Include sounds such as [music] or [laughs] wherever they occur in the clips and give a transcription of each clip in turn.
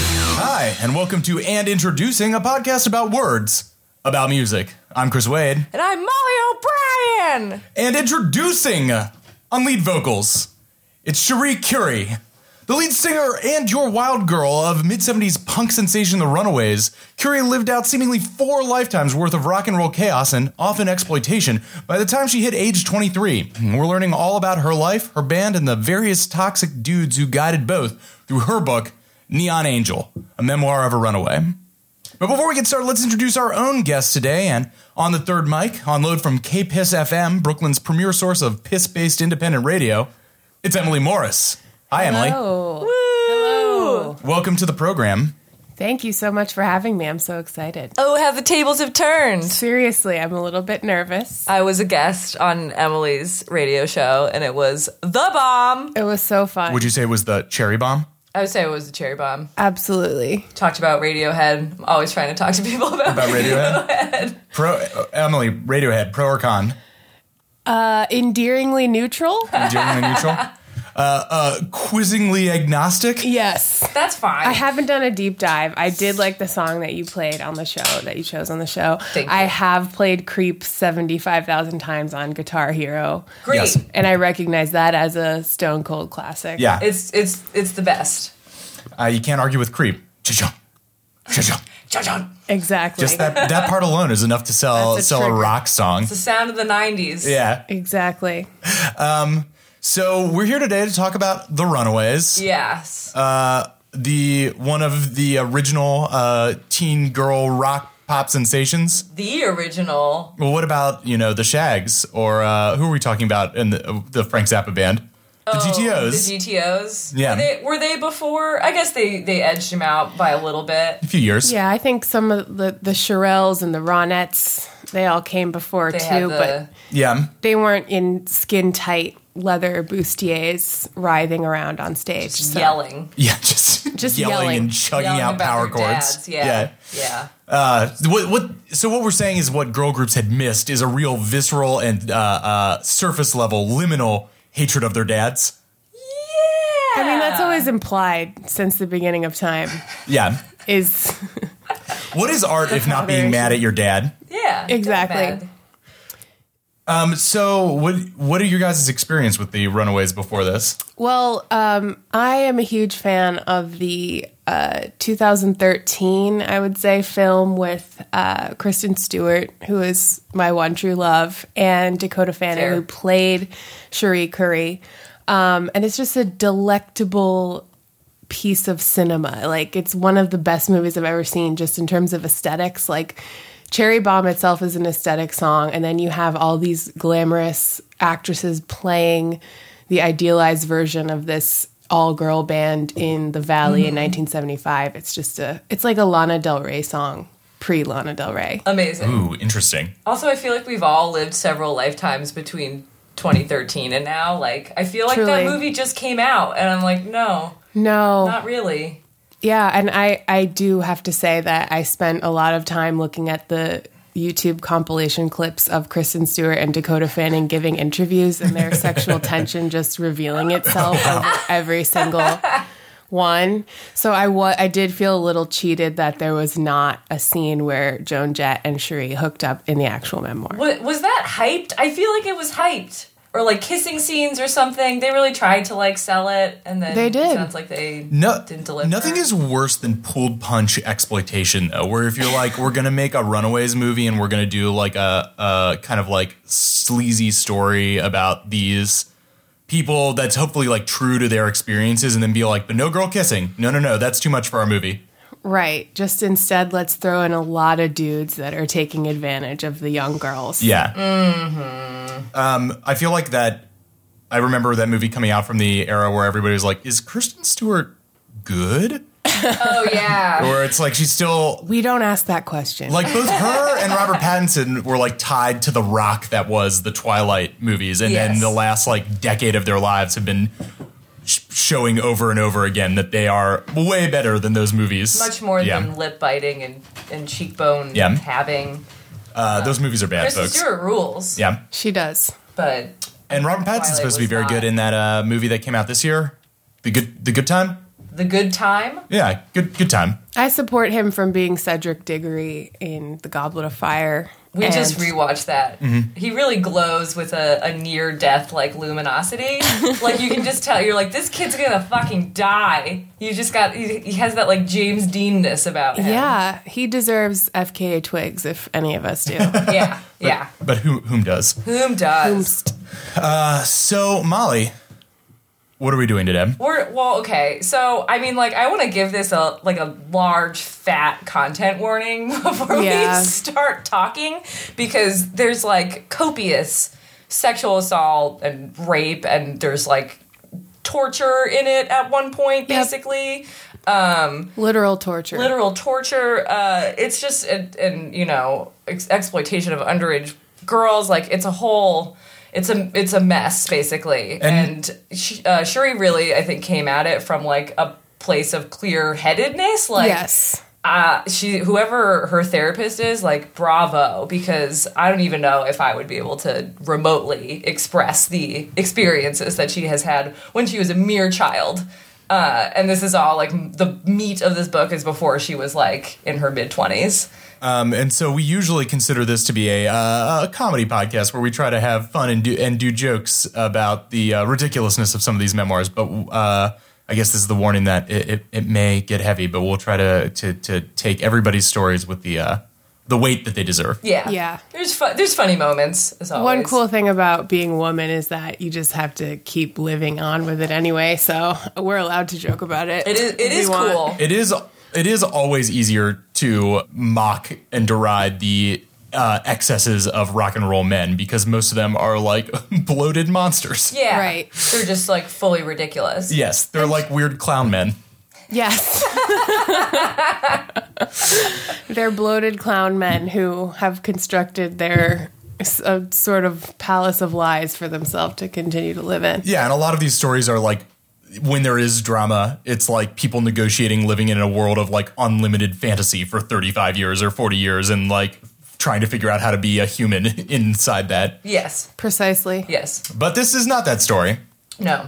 Hi, and welcome to And Introducing, a podcast about words, about music. I'm Chris Wade. And I'm Molly O'Brien. And introducing uh, on lead vocals, it's Cherie Curie, the lead singer and your wild girl of mid 70s punk sensation The Runaways. Curie lived out seemingly four lifetimes worth of rock and roll chaos and often exploitation by the time she hit age 23. We're learning all about her life, her band, and the various toxic dudes who guided both through her book, Neon Angel, a memoir of a runaway. But before we get started, let's introduce our own guest today. And on the third mic, on load from KPISS FM, Brooklyn's premier source of piss based independent radio, it's Emily Morris. Hi, Emily. Oh. Hello. Welcome to the program. Thank you so much for having me. I'm so excited. Oh, how the tables have turned. Seriously, I'm a little bit nervous. I was a guest on Emily's radio show, and it was the bomb. It was so fun. Would you say it was the cherry bomb? I would say it was the cherry bomb. Absolutely. Talked about Radiohead. I'm always trying to talk to people about, [laughs] About Radiohead? Pro, uh, Emily, Radiohead, pro or con? Uh, [laughs] endearingly neutral? Genuinely [laughs] neutral? Uh, uh, quizzingly agnostic? yes. That's fine. I haven't done a deep dive. I did like the song that you played on the show, that you chose on the show. Thank I you. have played Creep 75,000 times on Guitar Hero, Great. Yes. and I recognize that as a Stone Cold classic. Yeah. It's it's it's the best. Uh, you can't argue with creep. Cha-chum. Cha-chum. Cha-chun. Exactly. Just that, that part alone is enough to sell, That's a sell a trigger. rock song. The sound of the '90s. Yeah. Exactly. So we're here today to talk about the Runaways, Yes. Uh, the one of the original uh, teen girl rock pop sensations. the original. Well, what about you know the Shags or uh, who are we talking about in the, the Frank Zappa band? The GTOs. Oh, The GTOs. Yeah. Were they, were they before? I guess they they edged him out by a little bit. a few years. Yeah, I think some of the, the Shirelles and the Ronettes, they all came before They had too, but the Yeah. [laughs] they weren't in skin tight leather bustiers writhing around on stage. so- yelling. Yeah, Just, Just yelling, yelling. and chugging Yelling out about power their chords. dads, Yeah. Yeah. Uh, what, what? So what we're saying is what girl groups had missed is a real visceral and uh, uh, surface level liminal hatred of their dads. I mean, that's always implied since the beginning of time. Yeah. Is What is art if not being Fathers. mad at your dad? Yeah. Exactly. Bad. Um, so what what are your guys' experience with the Runaways before this? well, um, I am a huge fan of the uh, 2013, I would say, film with uh, Kristen Stewart, who is my one true love, and Dakota Fanning, Fair. who played Cherie Curry. Um, and it's just a delectable piece of cinema. Like it's one of the best movies I've ever seen just in terms of aesthetics. Like Cherry Bomb itself is an aesthetic song and then you have all these glamorous actresses playing the idealized version of this all girl band in the valley in 1975. It's just a it's like a Lana Del Rey song, pre Lana Del Rey. Amazing. Ooh, interesting. Also, I feel like we've all lived several lifetimes between 2013 and now. Like, I feel like that Truly. movie just came out, and I'm like, no, No. not really. Yeah, and I I do have to say that I spent a lot of time looking at the YouTube compilation clips of Kristen Stewart and Dakota Fanning giving interviews and their sexual tension just revealing itself over every single one. So I wa- I did feel a little cheated that there was not a scene where Joan Jett and Cherie hooked up in the actual memoir. Wa- was that hyped? I feel like it was hyped. Or like kissing scenes or something. They really tried to like sell it, and then They it did. sounds like they No, didn't deliver. nothing is worse than pulled punch exploitation though. Where if you're like, we're gonna make a Runaways movie and we're gonna do like a, a kind of like sleazy story about these people that's hopefully like true to their experiences, and then be like, but no girl kissing. No, no, no, that's too much for our movie. Right. Just instead let's throw in a lot of dudes that are taking advantage of the young girls. Yeah. Mm-hmm. Um, I feel like that. I remember that movie coming out from the era where everybody was like, "Is Kristen Stewart good?" Oh [laughs] yeah, Or it's like she's still We don't ask that question. like both her and Robert Pattinson were like tied to the rock that was the Twilight movies, and then Yes. the last like decade of their lives have been sh- showing over and over again that they are way better than those movies. much more yeah. than lip biting and and cheekbone Yeah. having. uh, those movies are bad, Kristen folks. Stewart rules, Yeah, she does. but and Robert Pattinson's Twilight supposed to be was very not- good in that uh, movie that came out this year, the good, the good time. The Good Time. Yeah, good good time. I support him from being Cedric Diggory in The Goblet of Fire. We and- just rewatched that. Mm-hmm. He really glows with a, a near death like [laughs] luminosity. like you can just tell you're like this kid's gonna fucking die. You just got he, he has that like James Deanness about him. Yeah, he deserves FKA twigs if any of us [laughs] do. yeah, yeah. [laughs] But who whom does? Whom does? So Molly, what are we doing today? We're well, okay. So I mean, like, I want to give this a like a large fat content warning [laughs] before Yeah. we start talking because there's like copious sexual assault and rape and there's like torture in it at one point Yep. basically Literal torture. literal torture. Uh, it's just and, and you know ex- exploitation of underage girls. Like it's a whole. It's a it's a mess basically, And- and, Sh- uh, Shuri really I think came at it from like a place of clear headedness. Like yes. uh, she whoever her therapist is, like bravo, because I don't even know if I would be able to remotely express the experiences that she has had when she was a mere child. Uh, and this is all like m- the meat of this book is before she was like in her mid twenties. Um, and so we usually consider this to be a, uh, a comedy podcast where we try to have fun and do and do jokes about the uh, ridiculousness of some of these memoirs. But uh, I guess this is the warning that it, it, it may get heavy, but we'll try to to, to take everybody's stories with the uh, the weight that they deserve. Yeah, Yeah. There's fun. There's funny moments as always. One cool thing about being a woman is that you just have to keep living on with it anyway. So we're allowed to joke about it. It is. It We is want- cool. It is it is always easier to mock and deride the uh, excesses of rock and roll men because most of them are like [laughs] bloated monsters. yeah. Right. They're just like fully ridiculous. Yes, they're like weird clown men. [laughs] Yes. They're bloated clown men who have constructed their s- a sort of palace of lies for themselves to continue to live in. Yeah, and a lot of these stories are like when there is drama, it's like people negotiating living in a world of like unlimited fantasy for 35 years or 40 years and like trying to figure out how to be a human [laughs] inside that. Yes. Precisely. Yes. But this is not that story. No.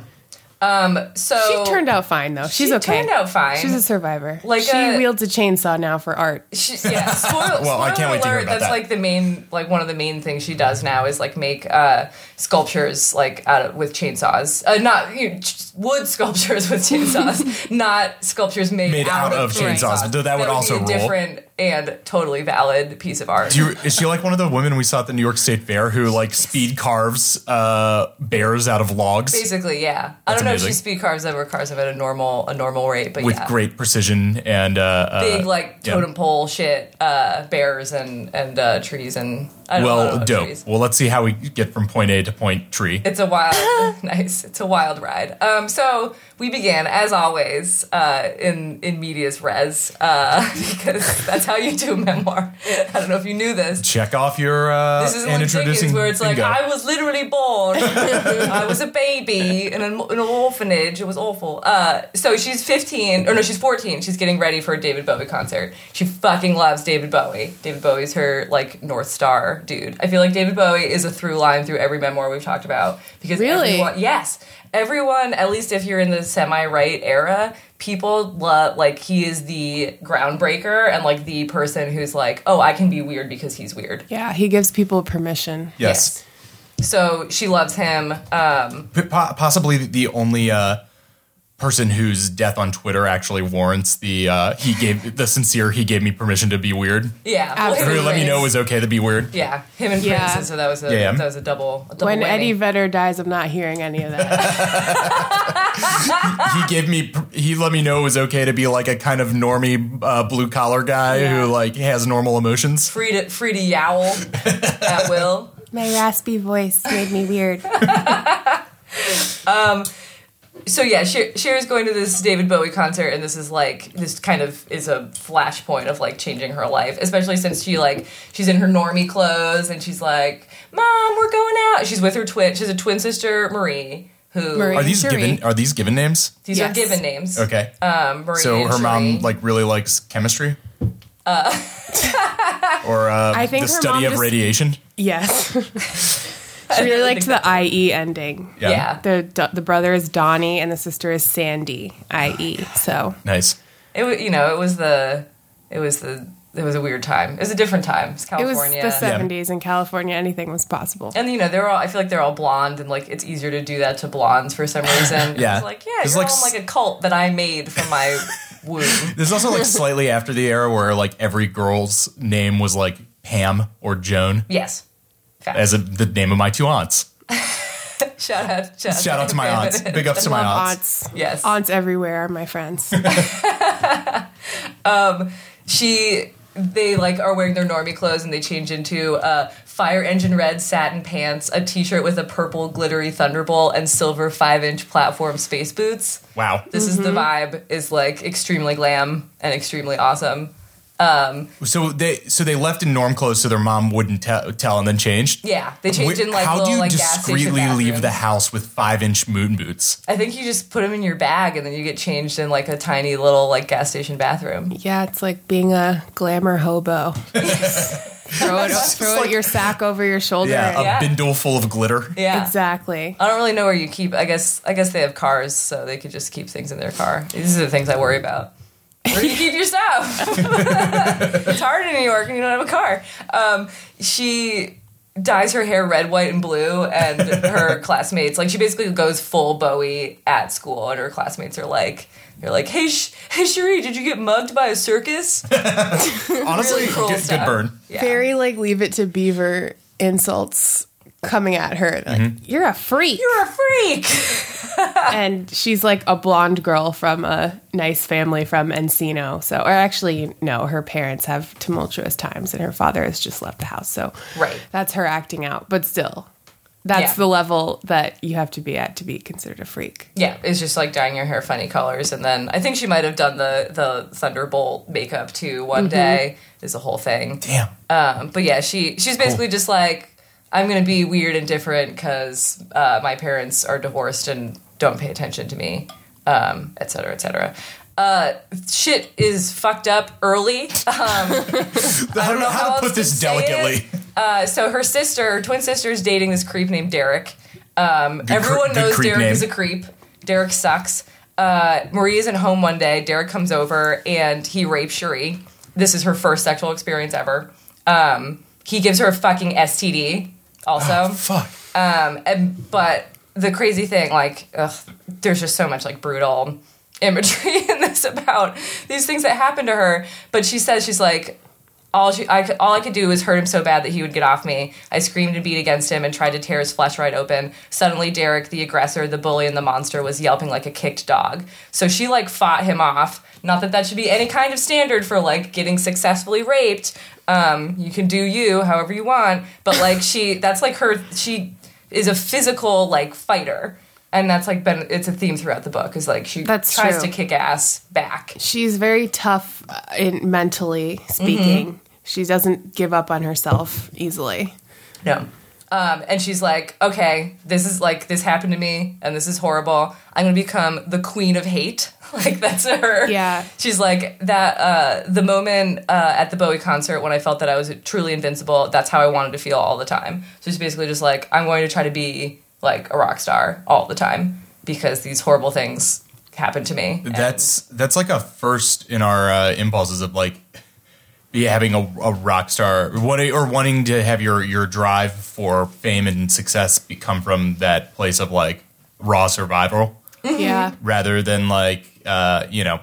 Um. So She turned out fine though. She's she okay. turned out fine. She's a survivor. Like she a- wields a chainsaw now for art. She, yeah, spoil, [laughs] Well, I spoiler can't wait alert, to hear about that's that. like the main, like one of the main things she does now is like make uh, sculptures like out of, with chainsaws, uh, not you know, ch- wood [laughs] sculptures [laughs] with chainsaws, not sculptures made, Made out of chainsaws, though that would also be a rule. different and totally valid piece of art. Do you, is she like one of the women we saw at the New York State Fair who like speed carves uh, bears out of logs Basically, yeah. I don't know if amazing. she speed carves ever carves them at a normal a normal rate, but with yeah. great precision and uh, uh, Big like yeah. totem pole shit, uh, bears and and uh, trees and I don't know well about dope. trees. Well, let's see how we get from point A to point tree. It's a wild, [laughs] nice. It's a wild ride. Um, so we began, as always, uh, in in media's res, uh, [laughs] because that's how you do a memoir. I don't know if you knew this. Check off your uh, This is and like Dickens, introducing where it's like bingo. I was literally born. [laughs] I was a baby in an, in an orphanage. It was awful. Uh, so she's fifteen, or no, she's fourteen. She's getting ready for a David Bowie concert. She fucking loves David Bowie. David Bowie's her like north star dude. I feel like David Bowie is a through line through every memoir we've talked about because Really? Everyone, yes, everyone. At least if you're in the semi right era, people love like he is the groundbreaker and like the person who's like, oh, I can be weird because he's weird. Yeah, he gives people permission. yes. Yes. So she loves him. Um, P- po- possibly the only uh, person whose death on Twitter actually warrants the uh, he gave the sincere he gave me permission to be weird. yeah. Absolutely. Who him and let me Prince. know it was okay to be weird. Yeah, him and Yeah. Prince. So that was a Yeah. that was a double. A double When whammy. Eddie Vedder dies, I'm not hearing any of that. He gave me per- he let me know it was okay to be like a kind of normie uh, blue collar guy Yeah. who like has normal emotions. free to free to [laughs] yowl at will. My raspy voice made me weird. so yeah, Cher- Cher is going to this David Bowie concert, and this is like this kind of is a flashpoint of like changing her life, especially since she like she's in her normie clothes and she's like, "Mom, we're going out." She's with her twin. She has a twin sister, Marie. Who Marie. Are these Sure. given are these given names? these are Yes. given names? Okay. Um, Marie so and her mom Cherie. like really likes chemistry. [laughs] Uh. or uh, think the her study mom of [laughs] just- radiation. Yes. She really liked the IE ending. Yeah. The the brother is Donnie and the sister is Sandy, IE. So Nice. It wa- you know, it was the it was the it was a weird time. It was a different time. It was it was California. the 70s in California. Anything was possible. and you know they're all. I feel like they're all blonde, and like it's easier to do that to blondes for some reason. [laughs] Yeah. it's like yeah, It's you're like all s- like a cult that I made from [laughs] my womb. This is also [laughs] like slightly after the era where like every girl's name was like Pam or Joan Yes, Fact. as a, the name of my two aunts. [laughs] shout out, shout, Shout out to my aunts. [laughs] Big ups to my Love aunts. [laughs] aunts. Yes, Aunts everywhere are my friends. she they like are wearing their normie clothes and they change into uh, fire engine red satin pants a t-shirt with a purple glittery thunderbolt and silver five inch platform space boots Wow. this is the vibe is like extremely glam and extremely awesome um, So they so they left in norm clothes so their mom wouldn't tell, tell and then changed. yeah they changed Wh- in like How little do you like gas station discreetly leave the bathrooms. house with five inch moon boots? i think you just put them in your bag and then you get changed in like a tiny little like gas station bathroom yeah, it's like being a glamour hobo. throw it, throw it like- your sack over your shoulder. Yeah, a Yeah. bindle full of glitter. yeah Exactly. I don't really know where you keep. I guess I guess they have cars, so they could just keep things in their car. These are the things I worry about. Where do you keep your stuff? [laughs] it's hard in New York when you don't have a car. Um, she dyes her hair red, white, and blue, and her classmates like she basically goes full Bowie at school, and her classmates are like. They're like, hey, sh- hey, Cherie, did you get mugged by a circus? Honestly, Really cool good, good stuff. burn. Yeah. Very like leave it to Beaver insults coming at her. Like, you're a freak. You're a freak. [laughs] and she's like a blonde girl from a nice family from Encino. So, or actually, no, her parents have tumultuous times and her father has just left the house. So, Right. that's her acting out. But still, that's Yeah. the level that you have to be at to be considered a freak. Yeah, it's just like dyeing your hair funny colors, and then I think she might have done the the thunderbolt makeup too. One day is a whole thing. Damn. Um, but yeah, she she's basically just like I'm gonna be weird and different because uh, my parents are divorced and don't pay attention to me, um, et cetera, et cetera. Uh, shit is fucked up early. Uh, I don't know how know how to put else this to say it. delicately. Uh, so her sister, her twin sister, is dating this creep named Derek. Um, cre- everyone good knows creep Derek name. is a creep. Derek sucks. Uh, Marie isn't home one day. Derek comes over and he rapes Cherie. This is her first sexual experience ever. Um, he gives her a fucking STD. Also, Fuck. um, and, but the crazy thing, like, ugh, there's just so much like brutal imagery [laughs] in this about these things that happened to her. But she says she's like, all she, I could, all I could do was hurt him so bad that he would get off me. I screamed and beat against him and tried to tear his flesh right open. Suddenly, Derek, the aggressor, the bully, and the monster, was yelping like a kicked dog. So she like fought him off. Not that that should be any kind of standard for like getting successfully raped. Um, you can do you however you want, but like she, that's like her. She is a physical like fighter, and that's like been it's a theme throughout the book. Is like she That's tries to true. kick ass back. She's very tough uh, in mentally speaking. Mm-hmm. She doesn't give up on herself easily. No. Um, and she's like, okay, this is like, this happened to me and this is horrible. I'm going to become the queen of hate. [laughs] Like, that's her. Yeah. She's like, that, uh, the moment uh, at the Bowie concert when I felt that I was truly invincible, that's how I wanted to feel all the time. So she's basically just like, I'm going to try to be like a rock star all the time because these horrible things happened to me. And- That's that's like a first in our uh, impulses of like be having a, a rock star what or wanting to have your your drive for fame and success be- come from that place of like raw survival Yeah. rather than like uh, you know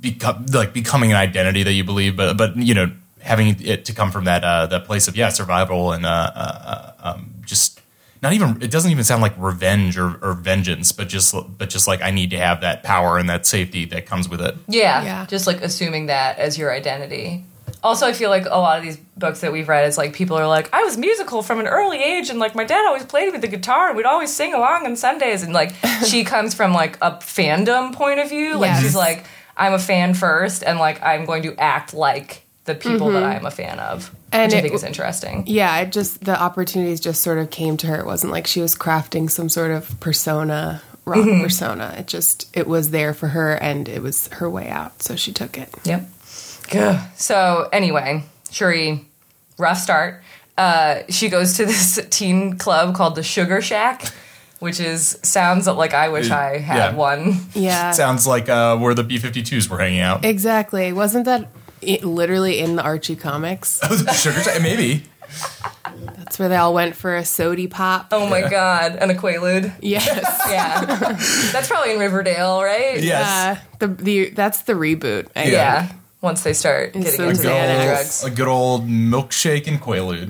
become like becoming an identity that you believe but but you know having it to come from that uh, that place of yeah survival and uh, uh, uh, um, just not even it doesn't even sound like revenge or, or vengeance but just but just like I need to have that power and that safety that comes with it Yeah, Yeah. Just like assuming that as your identity. Also, I feel like a lot of these books that we've read is like people are like, I was musical from an early age, and like my dad always played with the guitar, and we'd always sing along on Sundays. And [laughs] like she comes from like a fandom point of view. Like Yes. she's like, I'm a fan first, and like I'm going to act like the people that I'm a fan of, Mm-hmm. And which I it- think is interesting. Yeah, it just the opportunities just sort of came to her. It wasn't like she was crafting some sort of persona, rock Mm-hmm. persona. It just it was there for her and it was her way out, so she took it. Yep. So anyway, Shuri, rough start. uh, she goes to [laughs] this teen club called the Sugar Shack, which is sounds like I wish I had Yeah. one. Yeah. Sounds like uh, where the B 52s were hanging [laughs] out. [laughs] Exactly. Wasn't that i literally in the Archie comics? Sugar Shack? Maybe. That's where they all went for a sody pop. Oh my god, an Quaalude. Yes. Yeah, that's probably in Riverdale, [laughs] right? Yes. Uh, the, the that's the reboot. I Yeah. Yeah. Once they start getting so into the Xanax. drugs. A good old milkshake and Quaalude.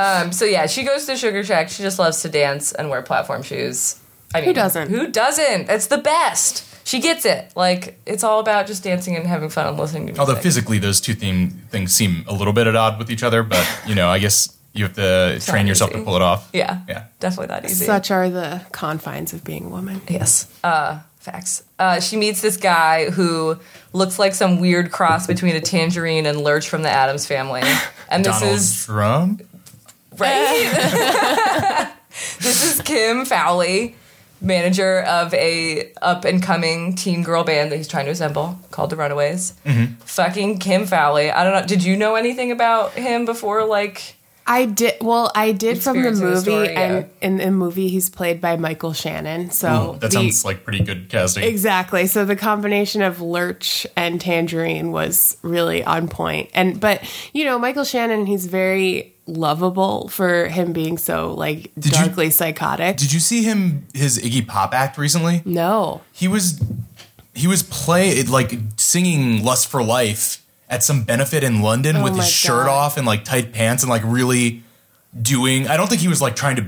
Um, so yeah, she goes to Sugar Shack. She just loves to dance and wear platform shoes. I mean, doesn't? Who doesn't? It's the best. She gets it. Like it's all about just dancing and having fun and listening to music. Although physically, those two theme, things seem a little bit at odds with each other, but you know, I guess you have to train not yourself easy. to pull it off. yeah, Yeah. definitely not easy. Such are the confines of being a woman. Yes. Uh, facts. Uh, she meets this guy who looks like some weird cross between a tangerine and Lurch from the [laughs] Adams Family, and this Donald is Trump? right. [laughs] this is Kim Fowley, manager of a up and coming teen girl band that he's trying to assemble called the Runaways. Mm-hmm. Fucking Kim Fowley. I don't know. Did you know anything about him before? Like, I did well. I did from the Experience in the movie, story, yeah. and in the movie, he's played by Michael Shannon. Oh, So That the- sounds like pretty good casting. exactly. So the combination of Lurch and Tangerine was really on point. And but you know, Michael Shannon, he's very lovable for him being so like you- darkly psychotic. Did you see him his Iggy Pop act recently? no, He was he was play like singing "Lust for Life" at some benefit in London Oh with my his shirt God. off and like tight pants and like really doing. I don't think he was like trying to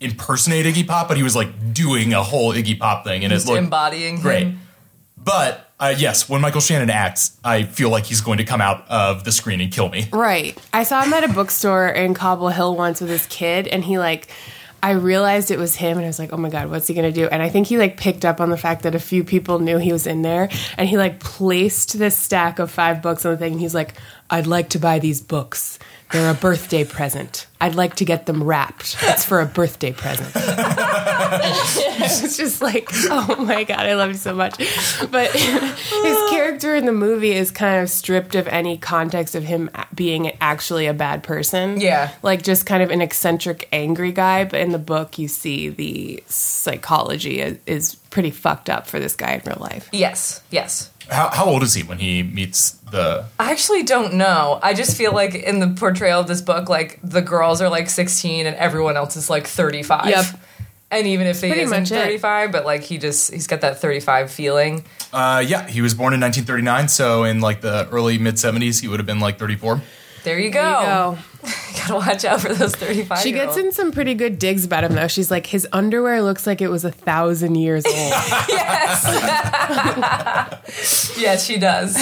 impersonate Iggy Pop, but he was like doing a whole Iggy Pop thing, and it looked embodying him. great. But uh, yes, when Michael Shannon acts, I feel like he's going to come out of the screen and kill me. Right. I saw him at a bookstore in Cobble Hill once with his kid, and he like, I realized it was him, and I was like, oh my God, what's he gonna do? And I think he like picked up on the fact that a few people knew he was in there, and he like placed this stack of five books on the thing, and he's like, I'd like to buy these books. They're a birthday present. I'd like to get them wrapped. It's for a birthday present. [laughs] it's just like, oh my god, I love you so much. But [laughs] his character in the movie is kind of stripped of any context of him a- being actually a bad person. Yeah. like just kind of an eccentric, angry guy. But in the book, you see the psychology is, is pretty fucked up for this guy in real life. Yes. Yes. How, how old is he when he meets the? I actually don't know. I just feel like in the portrayal of this book, like the girls are like 16 and everyone else is like 35. Yep. And even if they Pretty isn't much it. 35, but like he just he's got that 35 feeling. Uh, yeah, he was born in 1939, so in like the early mid 70s, he would have been like 34. There you go. There you [laughs] go. Gotta watch out for those 35. She gets in some pretty good digs about him though. She's like, his underwear looks like it was a thousand years old. [laughs] Yes, she does.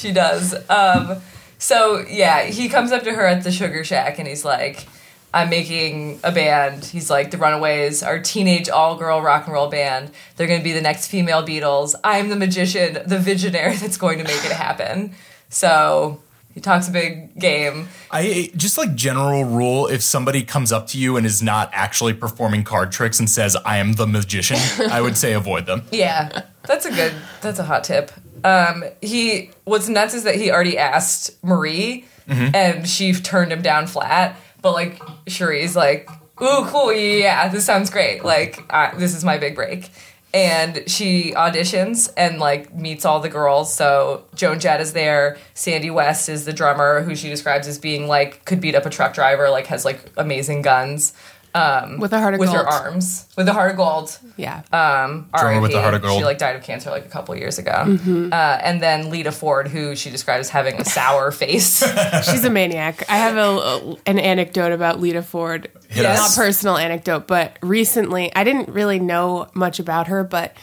she does. Um, so yeah, he comes up to her at the Sugar Shack and he's like, "I'm making a band." He's like, "The Runaways are teenage all-girl rock and roll band. They're going to be the next female Beatles. I'm the magician, the visionary that's going to make it happen." So he talks a big game. I just like general rule if somebody comes up to you and is not actually performing card tricks and says, I am the magician, I would say avoid them. Yeah, that's a good. That's a hot tip. Um, he what's nuts is that he already asked Marie, and she turned him down flat. But like Cherie's like, "Ooh, cool, yeah, yeah, this sounds great. Like I, this is my big break." And she auditions and like meets all the girls. So Joan Jett is there. Sandy West is the drummer, who she describes as being like could beat up a truck driver, like has like amazing guns With a heart of with gold. her arms, with a heart of gold. Yeah. Um, Drummer with RIP. the heart of gold. She like died of cancer like a couple years ago. Uh, and then Lita Ford, who she describes as having a sour face. [laughs] She's a maniac. I have a, a- an anecdote about Lita Ford. Hit Yes. Not us. personal anecdote, but recently I didn't really know much about her, but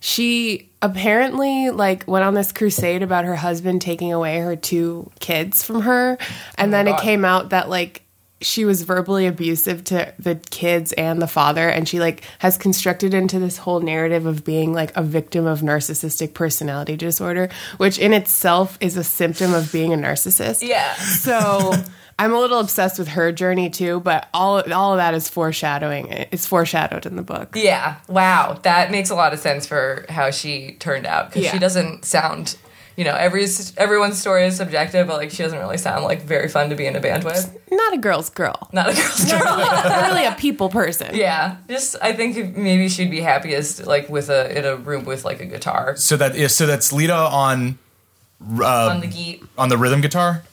she apparently like went on this crusade about her husband taking away her two kids from her, Oh and then it God. came out that like she was verbally abusive to the kids and the father and she like has constructed into this whole narrative of being like a victim of narcissistic personality disorder which in itself is a symptom of being a narcissist yeah. so I'm a little obsessed with her journey too, but all all of that is foreshadowing. It's foreshadowed in the book. Yeah. Wow. That makes a lot of sense for how she turned out because Yeah. she doesn't sound. you know, every everyone's story is subjective, but like she doesn't really sound like very fun to be in a band with. Not a girl's girl. Not a girl's girl. Not really a people person. Yeah, just I think maybe she'd be happiest like with a in a room with like a guitar So that is so that's Lita on Um, on the geet. on the rhythm guitar.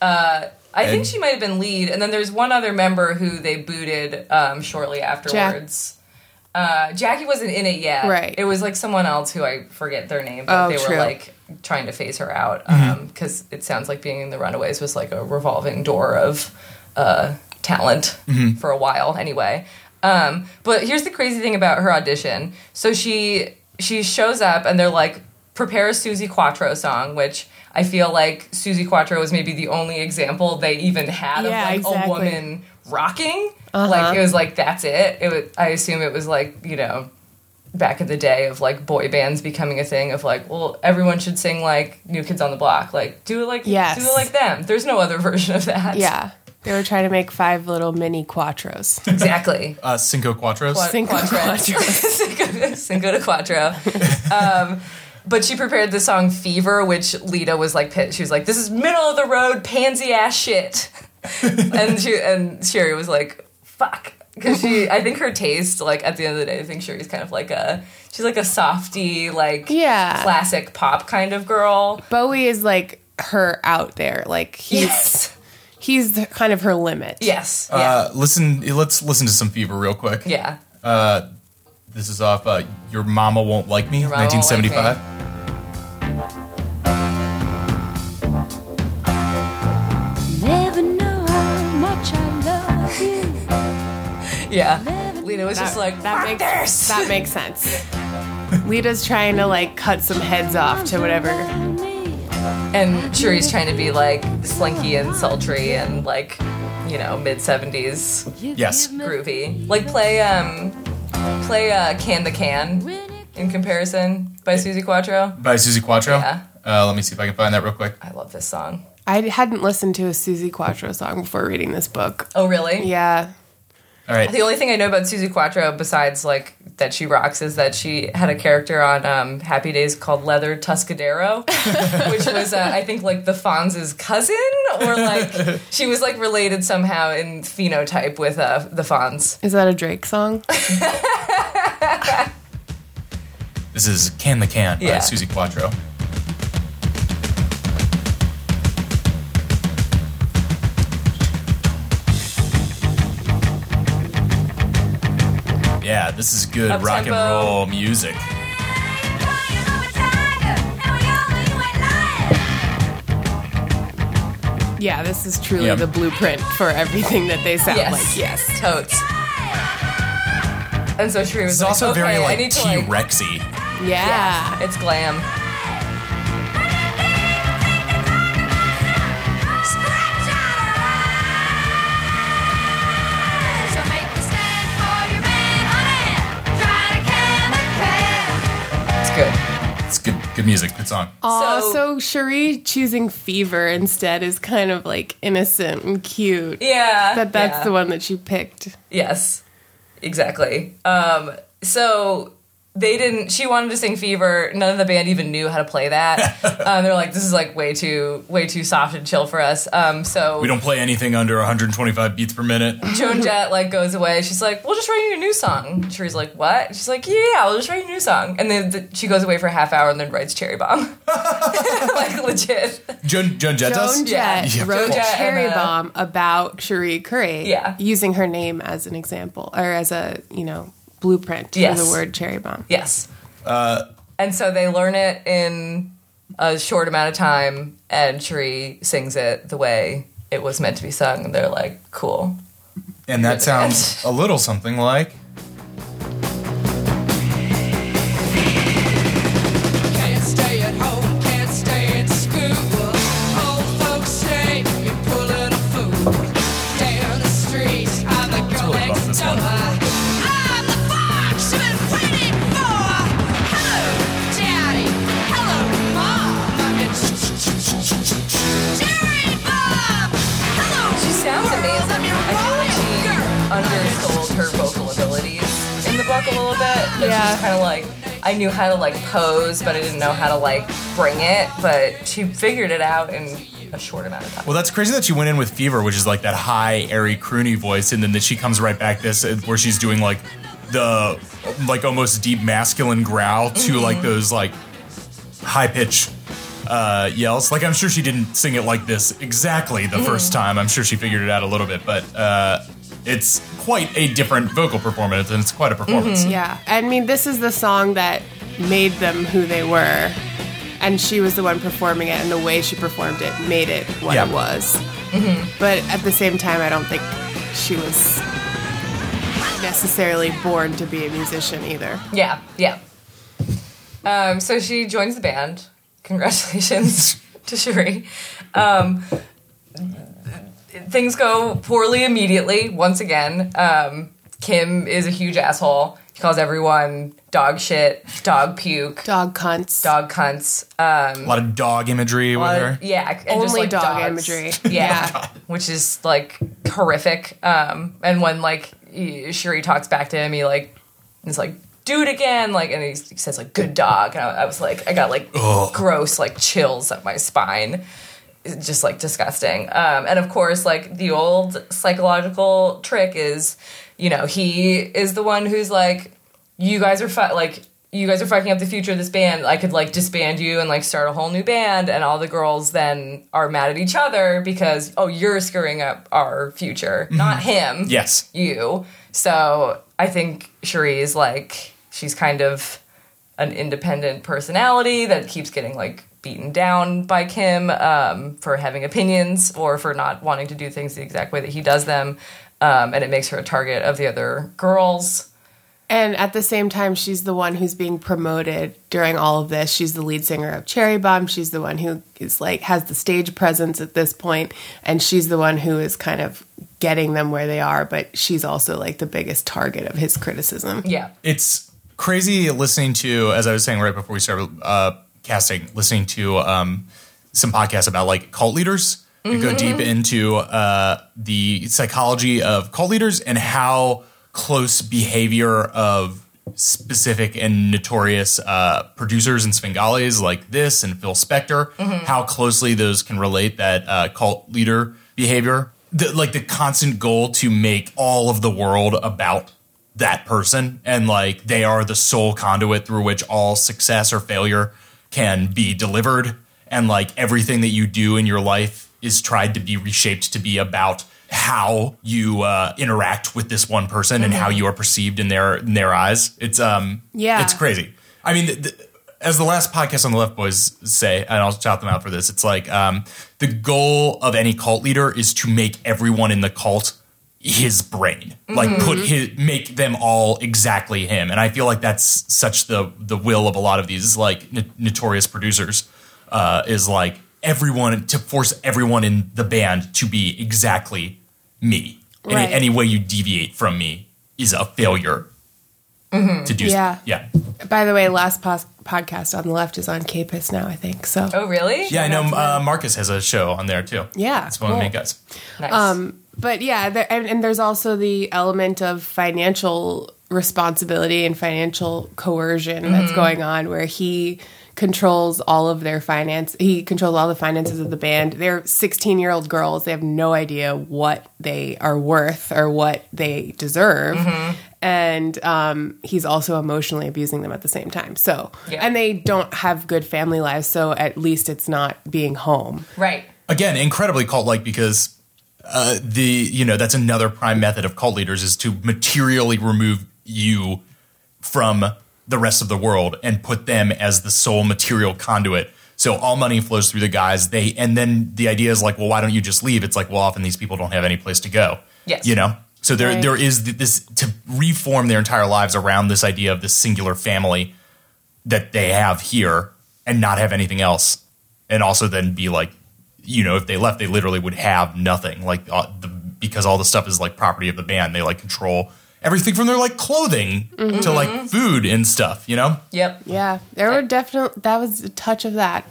I think And- she might have been lead, and then there's one other member who they booted um, shortly afterwards. Uh, Jackie wasn't in it yet. Right. It was like someone else who I forget their name, but Oh, they were true. Mm-hmm. like trying to phase her out because it sounds like being in the Runaways was like a revolving door of uh, talent Mm-hmm. for a while, anyway. Um, but here's the crazy thing about her audition. So she she shows up and they're like, prepare a Susie Quattro song, which I feel like Susie Quattro was maybe the only example they even had of Yeah, like exactly. Uh-huh. a woman rocking. Like it was like that's it. It was, I assume it was like you know back in the day of like boy bands becoming a thing of like well everyone should sing like New Kids on the Block. Like do it like Yes. do it like them. There's no other version of that. Yeah. They were trying to make five little mini [laughs] quattros. exactly. uh, Cinco Quattros. Qua- Cinco Quattro. [laughs] Cinco- Cinco de Quattro. Um, but she prepared the song Fever, which Lita was like, pit- she was like, this is middle of the road, pansy ass shit. and she and Sherry was like, fuck. Because she, I think her taste, like at the end of the day, I think Sherry's kind of like a, she's like a softy, like Yeah. classic pop kind of girl. Bowie is like her out there. Like he's Yes. he's kind of her limit. Yes. Yeah. Uh, listen, let's listen to some Fever real quick. yeah. This is off uh, Your Mama Won't Like Me, Mama Won't Like 1975. Never know how much I love you. Yeah. Lita was That- just like, that fuck makes this. that makes sense. Lita's trying to like cut some heads off to whatever. And Shuri's trying to be like slinky and sultry and like, you know, mid seventies Yes. groovy. Like play um play uh Can the Can in comparison by Susie Quattro. By Susie Quattro. Yeah. Uh, let me see if I can find that real quick. I love this song. I hadn't listened to a Susie Quattro song before reading this book. Oh really? Yeah. All right. The only thing I know about Susie Quattro besides like that she rocks is that she had a character on um, Happy Days called Leather Tuscadero, which was uh, I think like the Fonz's cousin or like she was like related somehow in phenotype with uh, the Fonz. Is that a Drake song? This is Can the Can by Yeah. Susie Quattro. Yeah, this is good Up rock and tempo. roll music. Yeah, this is truly Yeah. the blueprint for everything that they sound Yes. like. Yes. totes. And so Sheree was It's like, also okay, very I like need to T like, Rexy. Yeah. yeah, it's glam. It's good. It's good, good music. Good song. Also, Cherie choosing Fever instead is kind of like innocent and cute. Yeah, That that's yeah. the one that she picked. Yes, exactly. Um, so they didn't. She wanted to sing Fever. None of the band even knew how to play that. [laughs] um, they're like, this is like way too, way too soft and chill for us. Um, so We don't play anything under 125 beats per [laughs] minute. Joan Jett like goes away. She's like, "We'll just write you a new song." Cherie's like, "What?" She's like, "Yeah, yeah, we'll just write you a new song." And then the, she goes away for a half hour and then writes "Cherry Bomb," [laughs] like legit. Joan, Joan Jett does? Joan Jett Yeah. wrote Joan Jett Cherry and, uh, Bomb about Cherie Curry. Yeah. Using her name as an example or as a, you know, blueprint Yes. for the word cherry bomb. Yes. Uh, and so they learn it in a short amount of time, and Cherie sings it the way it was meant to be sung. And they're like, "Cool." And that sounds a little something like. Can't stay at home, can't stay at school. Old folks say you're pulling a fool. Down the street, I'm the girl really next about this door. one. I'm the fox you've been waiting for. Hello, daddy. Hello, mom. I'm your Jerry Bob. Hello, She sounds world. amazing. I'm your I feel like riot she girl. undersold her vocal little bit. But Yeah. she's kind of like I knew how to like pose, but I didn't know how to like bring it. But she figured it out in a short amount of time. Well, that's crazy that she went in with Fever, which is like that high, airy, croony voice, and then that she comes right back this uh, where she's doing like the like almost deep masculine growl to like those like high pitch uh, yells. Like I'm sure she didn't sing it like this exactly the first time. I'm sure she figured it out a little bit, but uh, it's quite a different vocal performance, and it's quite a performance. Yeah. I mean, this is the song that made them who they were. And she was the one performing it, and the way she performed it made it what Yeah. it was. But at the same time, I don't think she was necessarily born to be a musician either. Yeah, yeah. Um, so she joins the band. Congratulations [laughs] to Sheree. Um, things go poorly immediately once again. Um, Kim is a huge asshole. He calls everyone dog shit, dog puke, Dog cunts. dog cunts. Um, A lot of dog imagery with uh, her. yeah, and just, Only like, dog dogs. imagery. [laughs] [laughs] Yeah, which is like horrific. Um, and when like he- Shuri talks back to him, he like is like, "Do it again!" Like, and he, he says like, "Good dog." And I, I was like, I got like gross like chills up my spine. It's just like disgusting. Um, and of course, like the old psychological trick is, you know, he is the one who's like, you guys are fu- like you guys are fucking up the future of this band i could like disband you and like start a whole new band and all the girls then are mad at each other because oh you're screwing up our future not him Yes. you so i think cherie is like she's kind of an independent personality that keeps getting like beaten down by kim um, for having opinions or for not wanting to do things the exact way that he does them um, and it makes her a target of the other girls And at the same time, she's the one who's being promoted during all of this. She's the lead singer of Cherry Bomb. She's the one who is like has the stage presence at this point, and she's the one who is kind of getting them where they are. But she's also like the biggest target of his criticism. yeah it's crazy listening to as i was saying right before we started uh, casting listening to um, some podcasts about like cult leaders that go deep into uh, the psychology of cult leaders and how close behavior of specific and notorious uh, producers and Svengalis like this and Phil Spector, how closely those can relate that uh, cult leader behavior. The, like the constant goal to make all of the world about that person and like they are the sole conduit through which all success or failure can be delivered and like everything that you do in your life is tried to be reshaped to be about how you uh, interact with this one person and how you are perceived in their in their eyes it's um Yeah. it's crazy i mean th- th- as the last podcast on the left boys say and i'll shout them out for this it's like um the goal of any cult leader is to make everyone in the cult his brain like put his Mm-hmm. make them all exactly him and i feel like that's such the the will of a lot of these like no- notorious producers uh is like everyone to force everyone in the band to be exactly me any, Right. any way you deviate from me is a failure to do Mm-hmm. Yeah. yeah By the way, last pos- podcast on the left is on Capus now, I think. So oh really yeah i know uh, marcus has a show on there too Yeah, it's one of the main guys Nice. Um, but yeah, there, and, and there's also the element of financial responsibility and financial coercion that's going on where he controls all of their finance. He controls all the finances of the band. They're 16 year old girls. They have no idea what they are worth or what they deserve. And um, he's also emotionally abusing them at the same time. So, Yeah. and they don't have good family lives. So at least it's not being home. right. again incredibly cult like because uh, the you know that's another prime method of cult leaders is to materially remove you from the rest of the world and put them as the sole material conduit so all money flows through the guys they and then the idea is like well why don't you just leave it's like well often these people don't have any place to go Yes. you know so there Right. there is th- this to reform their entire lives around this idea of this singular family that they have here and not have anything else and also then be like you know if they left they literally would have nothing like uh, the, because all the stuff is like property of the band they like control everything from their like clothing Mm-hmm. to like food and stuff you know Yep. Yeah, there were definitely that was a touch of that,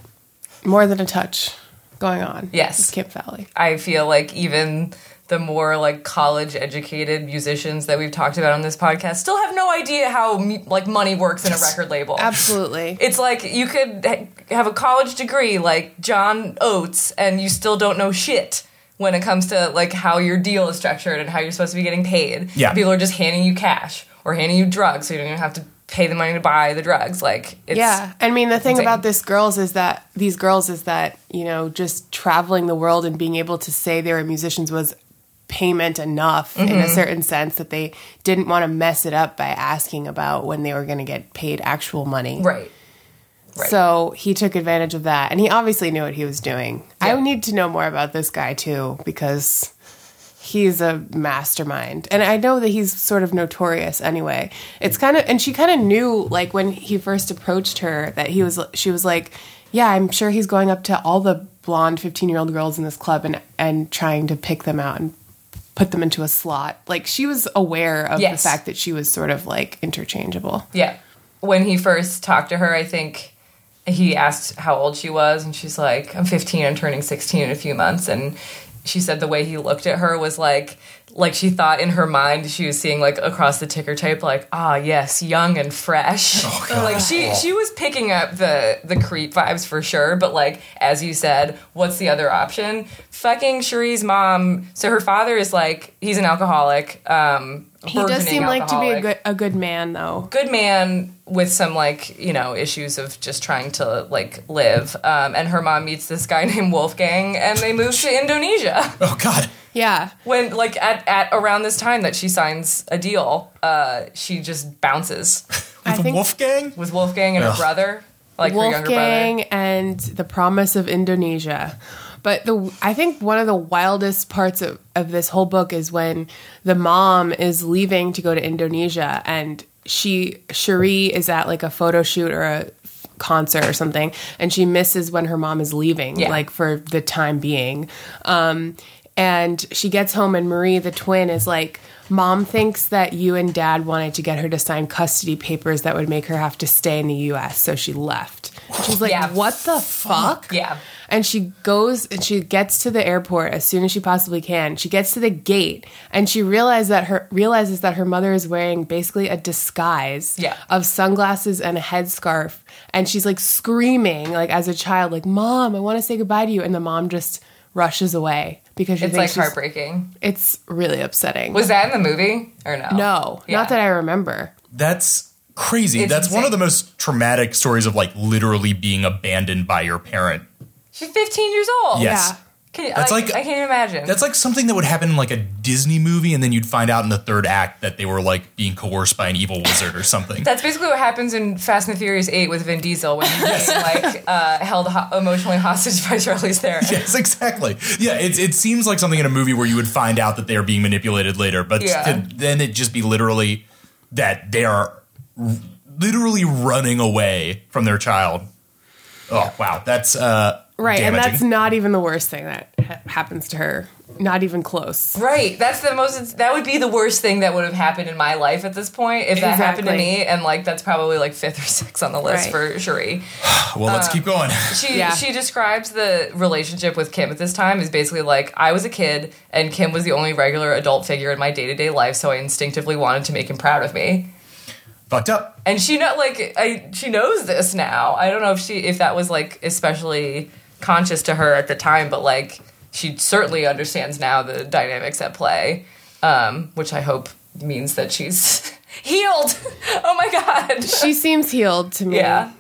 more than a touch, going on. Yes. [laughs] with Camp Valley. I feel like even the more like college educated musicians that we've talked about on this podcast still have no idea how mu- like money works in a record label. Absolutely. It's like you could ha- have a college degree like John Oates and you still don't know shit when it comes to like how your deal is structured and how you're supposed to be getting paid. Yeah. People are just handing you cash or handing you drugs so you don't even have to pay the money to buy the drugs. Like it's yeah. I mean, the thing insane. about this girls is that these girls is that, you know, just traveling the world and being able to say they were musicians was payment enough in Mm-hmm. a certain sense that they didn't want to mess it up by asking about when they were going to get paid actual money. right. Right. So he took advantage of that, and he obviously knew what he was doing. Yeah. I need to know more about this guy too because he's a mastermind, and I know that he's sort of notorious anyway. It's kind of, and she kind of knew like when he first approached her that he was. She was like, "Yeah, I'm sure he's going up to all the blonde 15 year old girls in this club and and trying to pick them out and." Put them into a slot. Like she was aware of Yes. the fact that she was sort of like interchangeable. Yeah. When he first talked to her, I think he asked how old she was, and she's like, I'm 15, I'm turning 16 in a few months. And she said the way he looked at her was like, like she thought in her mind she was seeing like across the ticker tape like ah yes young and fresh like she she was picking up the the creep vibes for sure but like as you said what's the other option fucking Cherie's mom so her father is like he's an alcoholic um He does seem like to be a good good, a good man, though. good man with some like you know issues of just trying to like live um, and her mom meets this guy [laughs] named wolfgang and they move to indonesia [laughs] Oh God. Yeah. when like at, at around this time that she signs a deal uh, she just bounces I With think- Wolfgang? with wolfgang and her Ugh. brother like her younger brother Wolfgang and the promise of Indonesia. But the I think one of the wildest parts of, of this whole book is when the mom is leaving to go to Indonesia and she Cherie is at like a photo shoot or a concert or something and she misses when her mom is leaving Yeah. like for the time being. Um and she gets home and Marie the twin is like Mom thinks that you and dad wanted to get her to sign custody papers that would make her have to stay in the US, so she left. She's like, Yeah. What the fuck? [laughs] Yeah. And she goes and she gets to the airport as soon as she possibly can. She gets to the gate and she realizes that her realizes that her mother is wearing basically a disguise Yeah. of sunglasses and a headscarf. And she's like screaming like as a child, like, Mom, I want to say goodbye to you. And the mom just rushes away because she it's thinks like she's- heartbreaking It's really upsetting. was that in the movie or no no, Yeah. not that I remember. That's crazy. It's That's one of insane. the most traumatic stories of like literally being abandoned by your parent. she's 15 years old Yes. Yeah. Can, That's like, like- i can't imagine That's like something that would happen in like a Disney movie, and then you'd find out in the third act that they were like being coerced by an evil wizard or something. That's basically what happens in Fast and the Furious Eight with Vin Diesel when he's [laughs] being like uh, held ho- emotionally hostage by Charlize Theron. [laughs] yes, exactly. Yeah, it, it seems like something in a movie where you would find out that they are being manipulated later, but Yeah. to- then it just be literally that they are r- literally running away from their child. Oh wow, that's uh, Right, damaging. and that's not even the worst thing that ha- happens to her. Not even close. Right. That's the most. That would be the worst thing that would have happened in my life at this point if that happened to Exactly. me. And like that's probably like fifth or sixth on the list Right. for Cherie. well, uh, let's keep going. She Yeah. she describes the relationship with Kim at this time is basically like I was a kid and Kim was the only regular adult figure in my day to day life, so I instinctively wanted to make him proud of me. Fucked up. and she not like I she knows this now. I don't know if she if that was like especially conscious to her at the time, but like she certainly understands now the dynamics at play, um, which I hope means that she's [laughs] healed. oh my god. She seems healed to [laughs] me. yeah.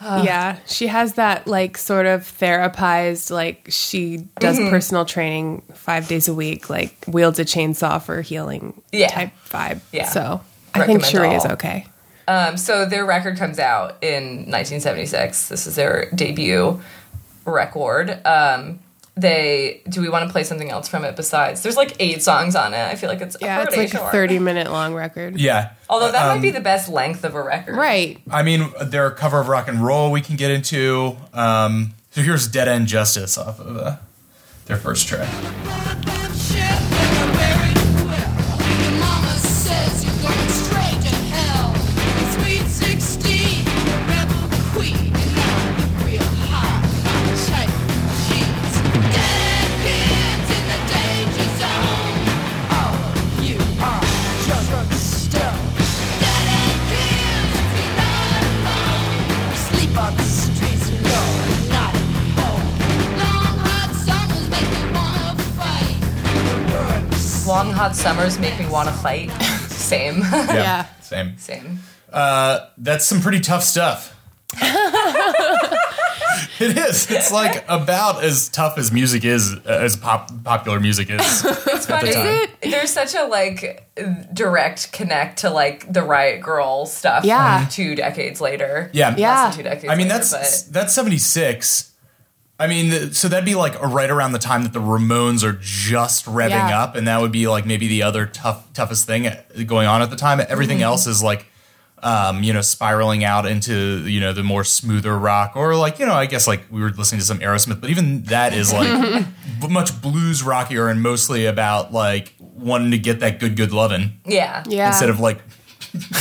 Yeah. She has that like sort of therapized, like she does Mm-hmm. personal training five days a week, like wields a chainsaw for healing Yeah. type vibe. Yeah. So I think Recommend Cherie is all. okay. Um, so their record comes out in 1976. This is their debut record. Um, they do we want to play something else from it besides? There's like eight songs on it. I feel like it's Yeah, a it's pretty like a short. thirty minute long record. Yeah. Although that Um, might be the best length of a record. Right. I mean, their cover of rock and roll we can get into. Um, so here's Dead End Justice off of uh, their first [laughs] track. Dead kids in the danger zone. for the streets. You're not home. Long hot summers make me wanna fight. Long hot summers make me want to fight. [laughs] [laughs] Same. Yeah. Same. Uh, Same. That's some pretty tough stuff. [laughs] it is. It's like about as tough as music is, uh, as pop popular music [laughs] is. It's funny. time. Is There's such a like direct connect to like the Riot Girl stuff. Yeah. from Two decades later. Yeah. Yeah. Less than two decades. I mean, later, that's but- that's seventy six. I mean, th- so that'd be like right around the time that the Ramones are just revving Yeah. up, and that would be like maybe the other tough toughest thing uh, going on at the time. Mm-hmm. Everything else is like, um, you know, spiraling out into you know the more smoother rock, or like you know, I guess like we were listening to some Aerosmith, but even that is like [laughs] b- much blues rockier and mostly about like wanting to get that good good lovin' yeah. Yeah. instead of like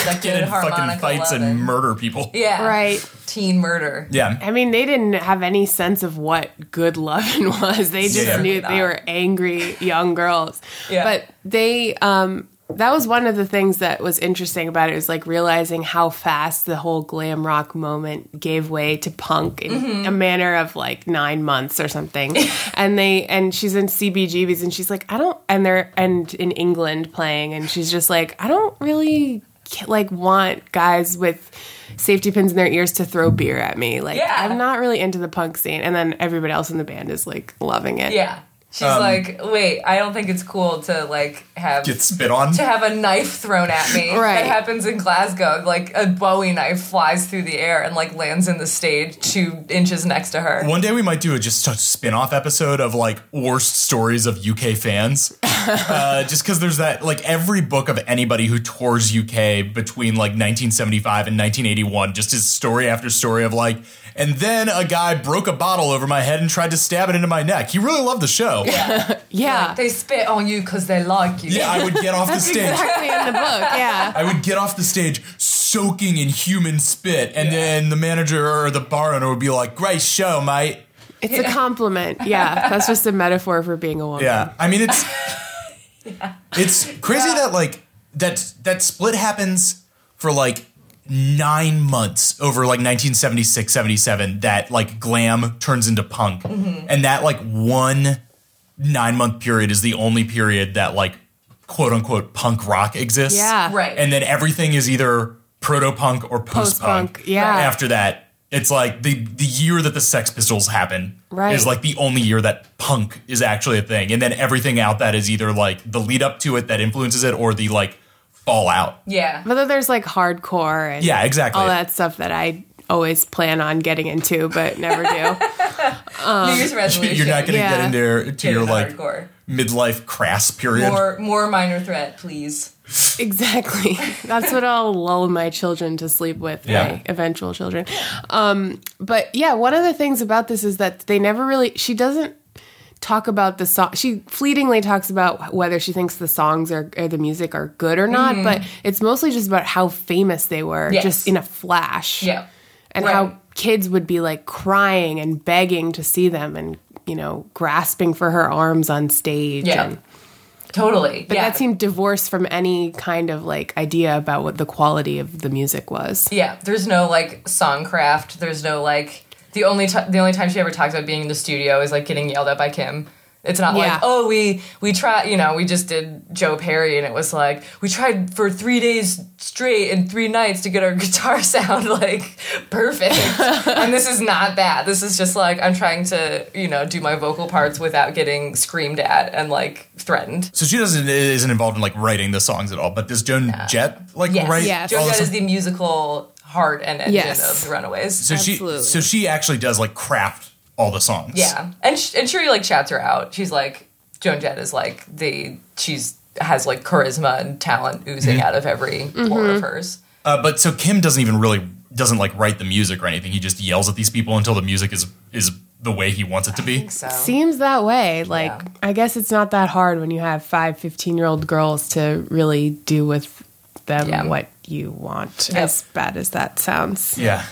That getting good in fucking harmonica fights and loving. murder people. yeah. Right. Teen murder. Yeah. I mean, they didn't have any sense of what good loving [laughs] was. They just Yeah. knew they were angry young girls. Yeah. But they, um, that was one of the things that was interesting about it was like realizing how fast the whole glam rock moment gave way to punk in a manner of like nine months or something. and they, and she's in CBGBs and she's like, I don't, and they're, and in England playing and she's just like, I don't really like want guys with safety pins in their ears to throw beer at me. Like Yeah. I'm not really into the punk scene. And then everybody else in the band is like loving it. Yeah. She's like, wait, I don't think it's cool to like have Um, Get spit on. to have a knife thrown at me. Right. That happens in Glasgow. Like a Bowie knife flies through the air and like lands in the stage two inches next to her. One day we might do a just a spin-off episode of like worst stories of UK fans. uh, just because there's that like every book of anybody who tours UK between like 1975 and 1981 just is story after story of like and then a guy broke a bottle over my head and tried to stab it into my neck. He really loved the show. Yeah, Yeah. Like, they spit on you because they like you. I would get off the That's stage. exactly in the book. [laughs] Yeah. I would get off the stage soaking in human spit, and then the manager or the bar owner would be like, "Great show, mate." It's a compliment. Yeah. That's just a metaphor for being a woman. Yeah, I mean it's it's crazy that like that that split happens for like nine months over like 1976 77 that like glam turns into punk and that like one nine month period is the only period that like quote unquote punk rock exists Yeah. Right. and then everything is either proto punk or post Post-punk, punk yeah. after that it's like the the year that the sex pistols happen Right. is like the only year that punk is actually a thing and then everything out that is either like the lead up to it that influences it or the like fallout yeah. But then there's like hardcore and yeah exactly all that stuff that I always plan on getting into, but never do. Uh, New Year's [laughs] [laughs] resolution. you're not going to Yeah. get into to Get your it like hardcore. midlife crass period More more minor threat, please. [laughs] Exactly. That's what I'll lull my children to sleep with, Yeah. my eventual children. Um, but yeah, one of the things about this is that they never really, she doesn't talk about the song. She fleetingly talks about whether she thinks the songs or, or the music are good or not, but it's mostly just about how famous they were Mm-hmm. Yes. just in a flash. Yeah. And Right. how kids would be like crying and begging to see them and, you know, grasping for her arms on stage. Yeah. And, Totally. but yeah. that seemed divorced from any kind of like idea about what the quality of the music was. Yeah, there's no like song craft. There's no like the only t- the only time she ever talks about being in the studio is like getting yelled at by Kim. It's not Yeah. like oh we we try you know we just did Joe Perry and it was like we tried for three days straight and three nights to get our [laughs] guitar sound like [laughs] perfect and this is not that this is just like I'm trying to you know do my vocal parts without getting screamed at and like threatened. so she doesn't isn't involved in like writing the songs at all but does joan jett like Yes, write Yes. all Joan the Jett is songs? the musical heart and engine Yes. of the Runaways. so she Absolutely. so she actually does like craft all the songs Yeah, and sh- and Shuri like shouts her out. She's like, Joan Jett is like the she's has like charisma and talent oozing out of every pore of hers. Uh, but so Kim doesn't even really doesn't like write the music or anything. He just yells at these people until the music is is the way he wants it to be. So Seems that way. Like, Yeah. I guess it's not that hard when you have five 15 year old girls to really do with them Yeah. what you want, Yep. as bad as that sounds. Yeah.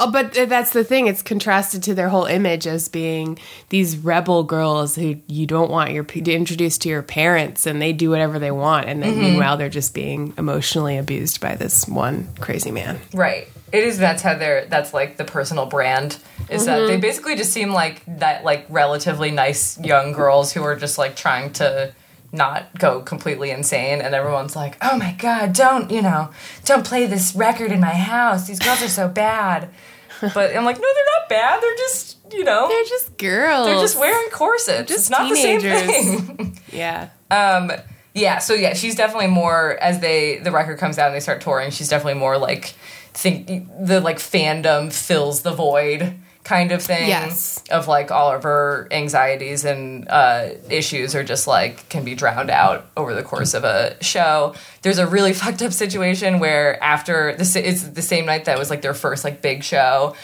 Oh, but th- that's the thing. It's contrasted to their whole image as being these rebel girls who you don't want your p- to introduce to your parents, and they do whatever Mm-hmm. they want, and then meanwhile they're just being emotionally abused by this one crazy man. right, It is. That's how they're. That's like the personal brand. Is that they basically just seem like that, like relatively nice young girls who are just like trying to not go completely insane, and everyone's like, "Oh my god, don't you know? Don't play this record in my house. These girls are so bad." But I'm like, no, they're not bad. They're just you know, They're just girls. they're just wearing corsets. Just it's not the teenagers. same thing. Yeah. Um, yeah, so yeah, she's definitely more as they the record comes out and they start touring. She's definitely more like think the like fandom fills the void kind of thing Yes. of like all of her anxieties and uh, issues are just like can be drowned out over the course of a show. There's a really [laughs] fucked up situation where after this is the same night that was like their first like big show.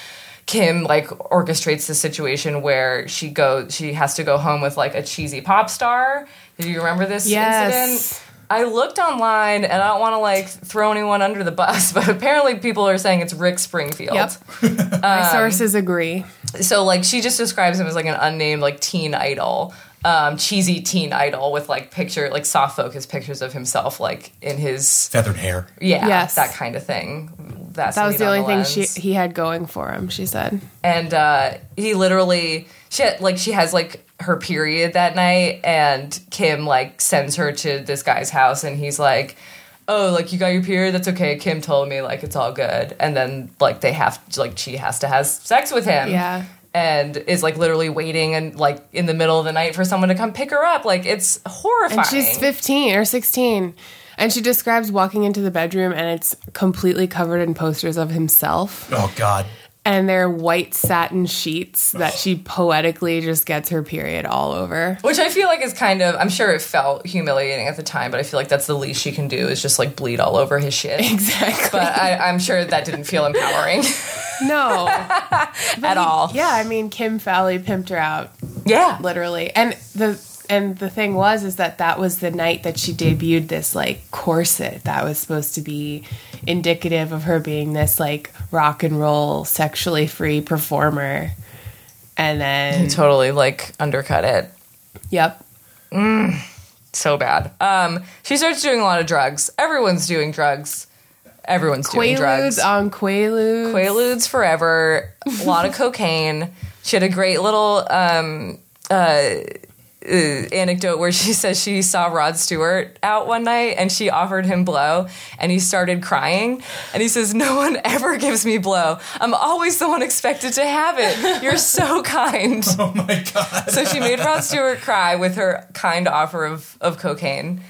Kim like orchestrates the situation where she go she has to go home with like a cheesy pop star. Do you remember this Yes. incident? I looked online and I don't want to like throw anyone under the bus, [laughs] but apparently people are saying it's Rick Springfield. Yep. [laughs] My sources agree. So like she just describes him as like an unnamed like teen idol. Um, cheesy teen idol with like picture like soft focus pictures of himself like in his Feathered hair. yeah Yes. that kind of thing. That's That was the on only the thing lens. she he had going for him. She said. and uh, he literally she had, like she has like her period that night and kim like sends her to this guy's house and he's like oh like you got your period that's okay kim told me like it's all good and then like they have like she has to have sex with him Yeah. and is like literally waiting and like in the middle of the night for someone to come pick her up like it's horrifying And she's 15 or 16. And she describes walking into the bedroom and it's completely covered in posters of himself. Oh God. And they're white satin sheets that she poetically just gets her period all over. Which I feel like is kind of, I'm sure it felt humiliating at the time, but I feel like that's the least she can do is just like bleed all over his shit. Exactly. But I, I'm sure that didn't feel empowering No. at all. [laughs] yeah, I mean, Kim Fowley pimped her out Yeah. literally and the and the thing was is that that was the night that she debuted this like corset that was supposed to be indicative of her being this like rock and roll sexually free performer and then Totally like undercut it. yep So bad. Um, she starts doing a lot of drugs. Everyone's doing drugs. Everyone's doing drugs. Quaaludes on Quaaludes. Quaaludes forever. A [laughs] lot of cocaine. She had a great little um, uh, uh, anecdote where she [laughs] says she saw Rod Stewart out one night and she offered him blow and he started crying and he says, "No one ever gives me blow. I'm always the one expected to have it. You're [laughs] so kind." Oh my God. so she made Rod Stewart cry with her kind offer of of cocaine.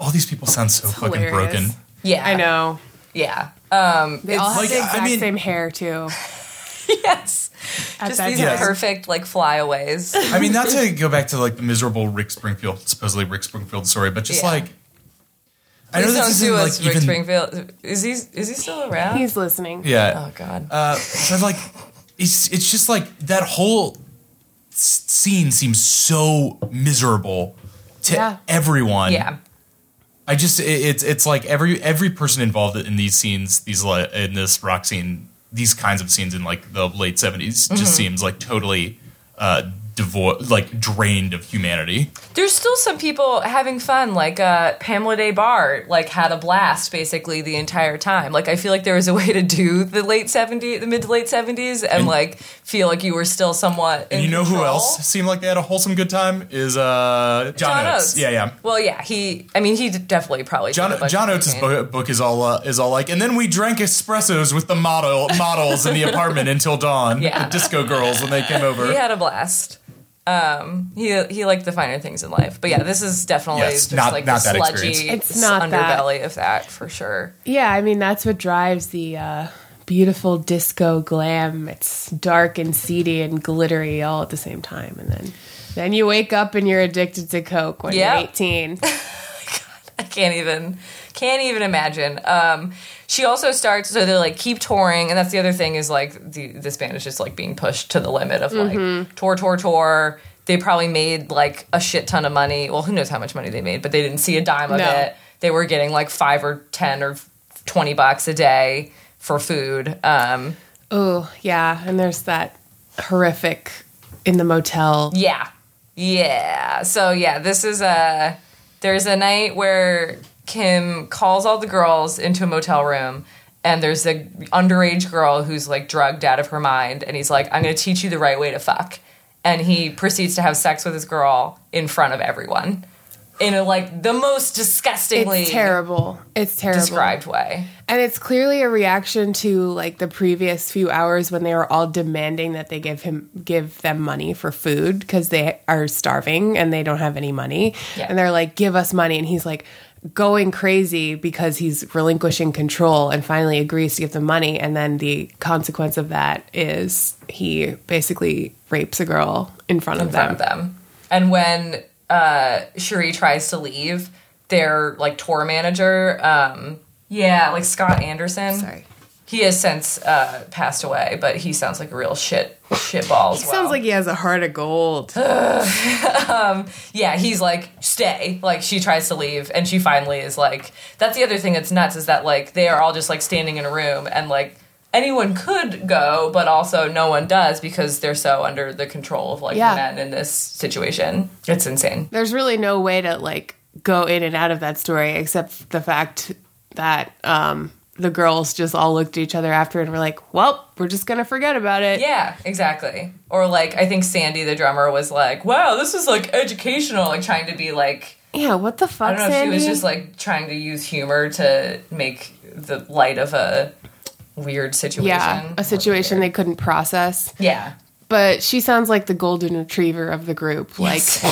All these people sound so fucking hilarious. broken. Yeah, I know. Yeah. Um, [laughs] They all have Like, the I exact mean- same hair too. yes, [laughs] At just that these time. Yes. perfect like flyaways. I mean, not to go back to like the miserable Rick Springfield, supposedly Rick Springfield story, but just Yeah. like I Please don't this sue isn't, us, Rick Springfield. Is he is he still around? He's listening. Yeah, oh god. uh, but like it's it's just like that whole s- scene seems so miserable to Yeah. everyone. yeah. I just it, it's it's like every every person involved in these scenes, these li- in this rock scene, these kinds of scenes in like the late 70s Mm-hmm. just seems like totally uh devoid like drained of humanity. There's still some people having fun, like uh, Pamela Day Bar, like had a blast basically the entire time. Like I feel like there was a way to do the late 70s, the mid to late 70s, and, And- like feel like you were still somewhat. And in you know who control. else seemed like they had a wholesome good time is uh John, Oates. Yeah, yeah. Well, yeah, he. I mean, he d- definitely probably. did a John, bunch John of Oates' cocaine. book, book is all uh, is all like, and then we drank espressos with the model models in the apartment until dawn. Yeah. The disco girls when they came over. He had a blast. Um, he he liked the finer things in life, but yeah, this is definitely Yes, just not- like not the that sludgy experience. It's not that. underbelly of that for sure. Yeah, I mean that's what drives the uh, beautiful disco glam. It's dark and seedy and glittery all at the same time, and then then you wake up and you're addicted to coke when Yep. you're 18. I can't even can't even imagine. Um, she also starts so they're like keep touring, and that's the other thing is like the, this band is just like being pushed to the limit of like Mm-hmm. tour, tour, tour. They probably made like a shit ton of money. Well, who knows how much money they made, but they didn't see a dime of No. it. They were getting like five or ten or twenty bucks a day for food. Um, Oh yeah, and there's that horrific in the motel. Yeah. Yeah. So yeah, this is a there's a night where Kim calls all the girls into a motel room and there's the underage girl who's like drugged out of her mind and he's like i'm going to teach you the right way to fuck and he proceeds to have sex with this girl in front of everyone in a, like the most disgustingly It's terrible. It's terrible. described way And it's clearly a reaction to like the previous few hours when they were all demanding that they give him give them money for food because they are starving and they don't have any money. Yeah. And they're like, "Give us money," and he's like going crazy because he's relinquishing control and finally agrees to give them money. And then the consequence of that is he basically rapes a girl in front of in front them. of them and when uh cherie tries to leave their like tour manager um yeah like scott anderson Sorry. he has since uh passed away but he sounds like a real shit shit ball as well. Sounds like he has a heart of gold. yeah, he's like, stay. Like, she tries to leave, and she finally is like, that's the other thing that's nuts is that, like, they are all just, like, standing in a room, and, like, anyone could go, but also no one does because they're so under the control of, like, Yeah. men in this situation. It's insane. there's really no way to like go in and out of that story except the fact that um the girls just all looked at each other after and were like, "Well, we're just gonna forget about it." Yeah, exactly. Or, like, I think Sandy, the drummer, was like, wow, this is, like, educational, like, trying to be, like, Yeah, what the fuck, I don't know Sandy? if she was just, like, trying to use humor to make the light of a weird situation. yeah, a situation they couldn't process. Yeah. But she sounds like the golden retriever of the group,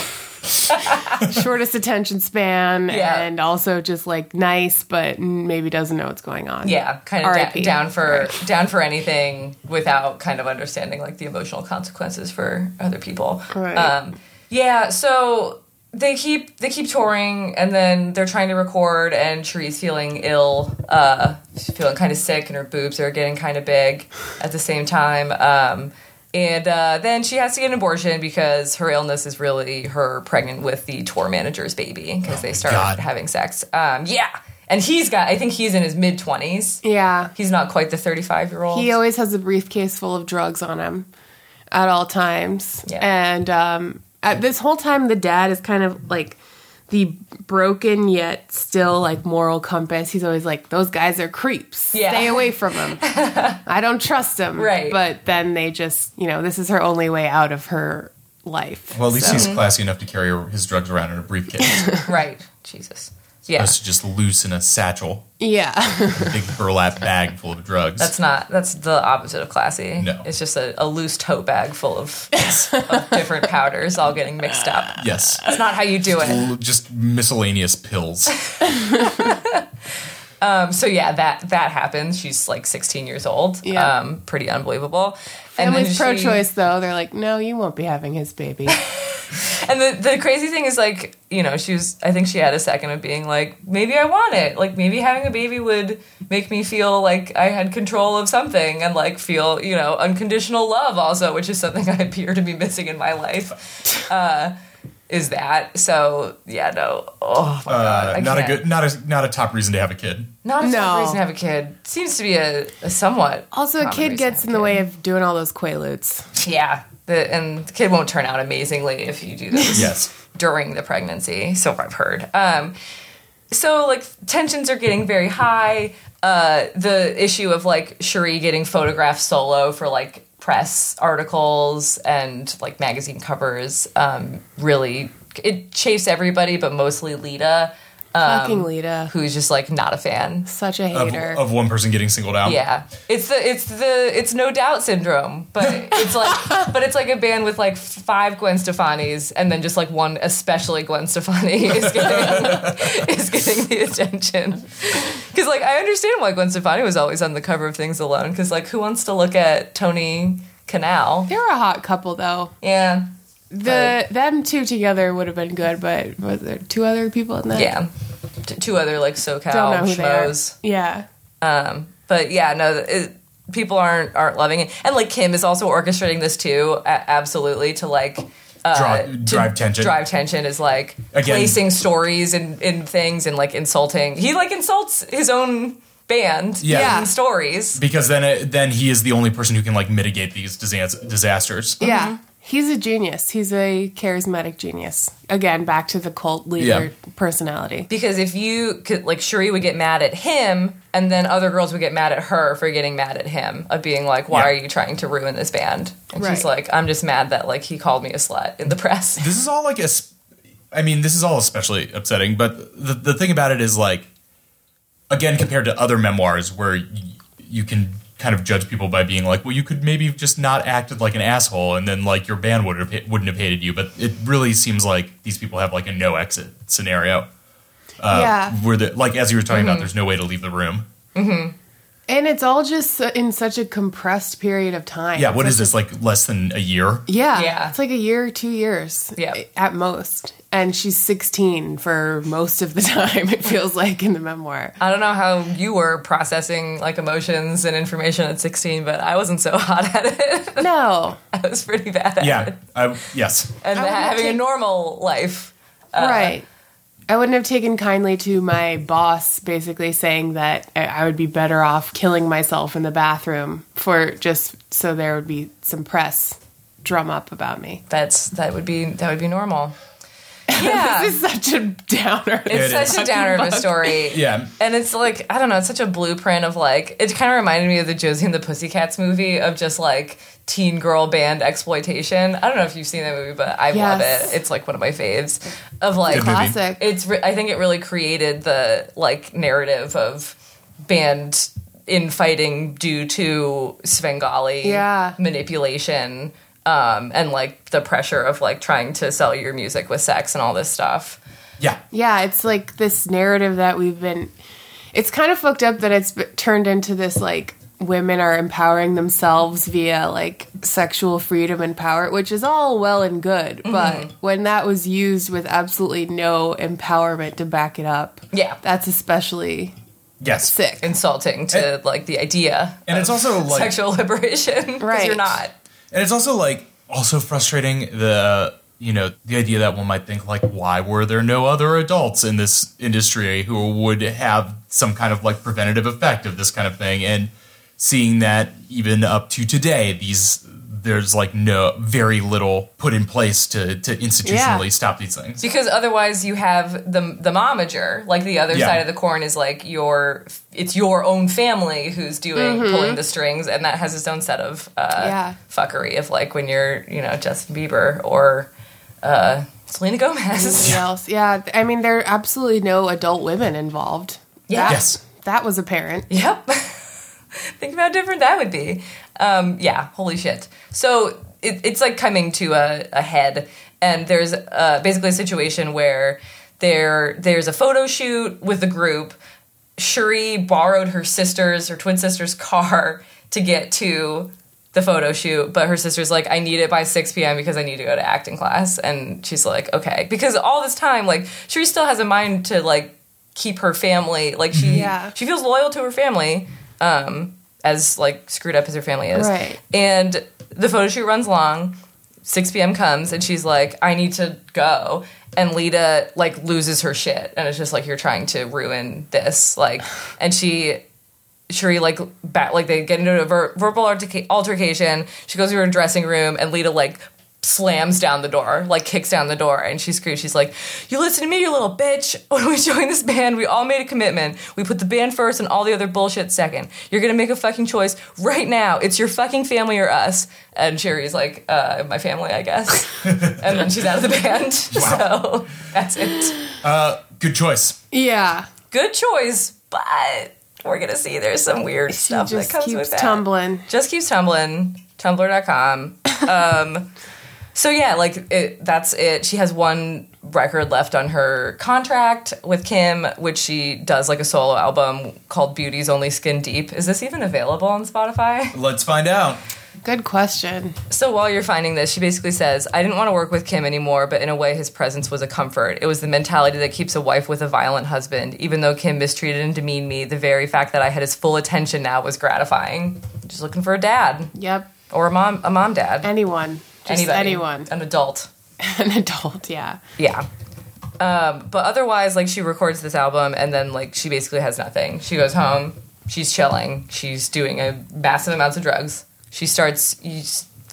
like [laughs] shortest attention span, Yeah. and also just like nice, but maybe doesn't know what's going on. yeah kind of da- R.I.P.. down for down for anything without kind of understanding like the emotional consequences for other people Right. um, yeah so they keep they keep touring and then they're trying to record and Cherie's feeling ill uh, she's feeling kind of sick and her boobs are getting kind of big at the same time um, and uh, then she has to get an abortion because her illness is really her pregnant with the tour manager's baby because they start God. having sex um, yeah and he's got i think he's in his mid 20s yeah. He's not quite the 35 year old. He always has a briefcase full of drugs on him at all times. Yeah. And um, at this whole time, the dad is kind of like the broken yet still like moral compass. He's always like, those guys are creeps. Yeah. Stay away [laughs] from them. I don't trust them. Right. But then they just, you know, this is her only way out of her life. Well, at least So- he's classy enough to carry his drugs around in a briefcase. right. Jesus. Yeah. Us just loose in a satchel, yeah. [laughs] a [laughs] big burlap bag full of drugs. That's not, that's the opposite of classy. No. It's just a, a loose tote bag full [laughs] of, of different powders all getting mixed up. [laughs] yes. [laughs] It's not how you do it. L- Just miscellaneous [laughs] pills. Uh, Um, so yeah, that, that happens. She's like 16 years old. Yeah. Um, pretty unbelievable. Family's then pro she- choice, though. They're like, no, you won't be having his baby. [laughs] And the, the crazy thing is like, you know, she was I think she had a second of being like, maybe I want it. Like maybe having a baby would make me feel like I had control of something and like feel, you know, unconditional love also, which is something [laughs] I appear to be missing in my life. Uh is that. So yeah, no. Oh my god. Uh, I not a can't. good, not a not a top reason to have a kid. not a No. no. reason to have a kid. Seems to be a, a somewhat Also, a common kid reason to gets have in a kid. the way of doing all those quaaludes. Yeah. The, and the kid won't turn out amazingly if you do this. Yes. during the pregnancy, so I've heard. Um, so like tensions are getting very high. Uh, the issue of like Cherie getting photographed solo for like press articles and like magazine covers um, really it chafes everybody, but mostly Lita, Um, Fucking Lita. who's just like not a fan. Such a Of, hater. of one person getting singled out. Yeah, it's the it's the it's no doubt syndrome, but it's [laughs] like but it's like a band with like five Gwen Stefani's, and then just like one especially Gwen Stefani is getting [laughs] is getting the attention. Because like I understand why Gwen Stefani was always on the cover of Things Alone, because like who wants to look at Tony Canal? they were a hot couple though. Yeah, The them two together would have been good, but was there two other people in that? yeah, T- two other like SoCal Don't know who schmoes. they are. Yeah. Um, but yeah, no, it, people aren't aren't loving it, and like Kim is also orchestrating this too, a- absolutely to like. Uh, Draw- drive tension. Drive tension is like Again. placing stories in, in things and like insulting. He like insults his own band Yeah. in stories. Because then, it, then he is the only person who can like mitigate these disas- disasters. Yeah. He's a genius. He's a charismatic genius. Again, back to the cult leader personality. Because if you could, like, Cherie would get mad at him, and then other girls would get mad at her for getting mad at him, of being like, why Yeah. are you trying to ruin this band? And she's Right. like, I'm just mad that, like, he called me a slut in the press. this is all like a s- i mean this is all especially upsetting but the, the thing about it is like again compared to other memoirs where y- you can kind of judge people by being like well you could maybe have just not acted like an asshole and then like your band would have, wouldn't have hated you but it really seems like these people have like a no exit scenario Uh, yeah. Mm-hmm. where the like as you were talking about there's no way to leave the room And it's all just in such a compressed period of time. yeah what It's is this like less than a year Yeah. Yeah. It's like a year or two years Yeah. at most. And she's 16 for most of the [laughs] time, it feels like in the memoir. I don't know how you were processing, like, emotions and information at 16, but I wasn't so [laughs] hot at it. No. I was pretty bad at it. yeah I, yes And I would having take- a normal life. right. I wouldn't have taken kindly to my boss basically saying that I- I would be better off killing myself in the bathroom for just so there would be some press drum up about me. That's that would be that would be normal. Yeah, This is such a downer. it's It such a downer of a story. yeah And it's like, I don't know, it's such a blueprint of like, it kind of reminded me of the Josie and the Pussycats movie of just like teen girl band exploitation. I don't know if you've seen that movie, but I love Yes. it. It's like one of my faves. Of like, Good movie. Classic. it's, re- I think it really created the like narrative of band infighting due to Svengali Yeah. manipulation um, and like the pressure of like trying to sell your music with sex and all this stuff. yeah Yeah, it's like this narrative that we've been. It's kind of fucked up that it's b- turned into this like women are empowering themselves via like sexual freedom and power, which is all well and good. Mm-hmm. But when that was used with absolutely no empowerment to back it up, Yeah. that's especially yes sick. insulting to like the idea and it's also like sexual [laughs] liberation because Right. you're not And it's also like also frustrating the you know the idea that one might think like why were there no other adults in this industry who would have some kind of like preventative effect of this kind of thing and seeing that even up to today these there's like no very little put in place to to institutionally Yeah. stop these things because otherwise you have the the momager like the other Yeah. side of the corn is like your it's your own family who's doing Mm-hmm. pulling the strings and that has its own set of uh, Yeah. fuckery of like when you're you know Justin Bieber or uh, Selena Gomez [laughs] Somebody else, yeah. I mean, there are absolutely no adult women involved. Yeah. That- Yes. that was apparent. Yep. [laughs] Think of how different that would be. Um, yeah, holy shit. So it, it's like coming to a, a head, and there's uh, basically a situation where there there's a photo shoot with the group. Shuri borrowed her sister's, her twin sister's car [laughs] to get to the photo shoot, but her sister's like, I need it by 6 p.m. because I need to go to acting class. And she's like, okay. Because all this time, like, Shuri still has a mind to, like, keep her family. Like, she, Yeah. she feels loyal to her family, um, as, like, screwed up as her family is. Right. And the photo shoot runs long. 6 p.m. comes and she's like, I need to go. And Lita like loses her shit and it's just like, you're trying to ruin this. Like, and she, Shuri like bat like they get into a ver- verbal alterca- altercation. She goes to her dressing room and Lita like slams down the door, like kicks down the door, and she screams. She's like, "You listen to me, you little bitch. [laughs] When we joined this band, we all made a commitment. We put the band first and all the other bullshit second. You're gonna make a fucking choice right now. It's your fucking family or us." And Shuri's like, uh, "My family, I guess." and then she's out of the band. [laughs] So that's it. good choice Yeah, Good choice, but. We're gonna see there's some weird stuff she just that comes keeps with that tumbling. just keeps tumbling tumblr.com um so yeah like it, that's it she has one record left on her contract with kim which she does like a solo album called beauty's only skin deep is this even available on spotify let's find out Good question. so while you're finding this, she basically says, I didn't want to work with Kim anymore, but in a way, his presence was a comfort. It was the mentality that keeps a wife with a violent husband. Even though Kim mistreated and demeaned me, the very fact that I had his full attention now was gratifying. Just looking for a dad Yep. or a mom, a mom dad. Anyone. Just Anybody. anyone. an adult [laughs] An adult, yeah. yeah um, but otherwise like she records this album and then like she basically has nothing she goes home she's chilling she's doing a massive amounts of drugs she starts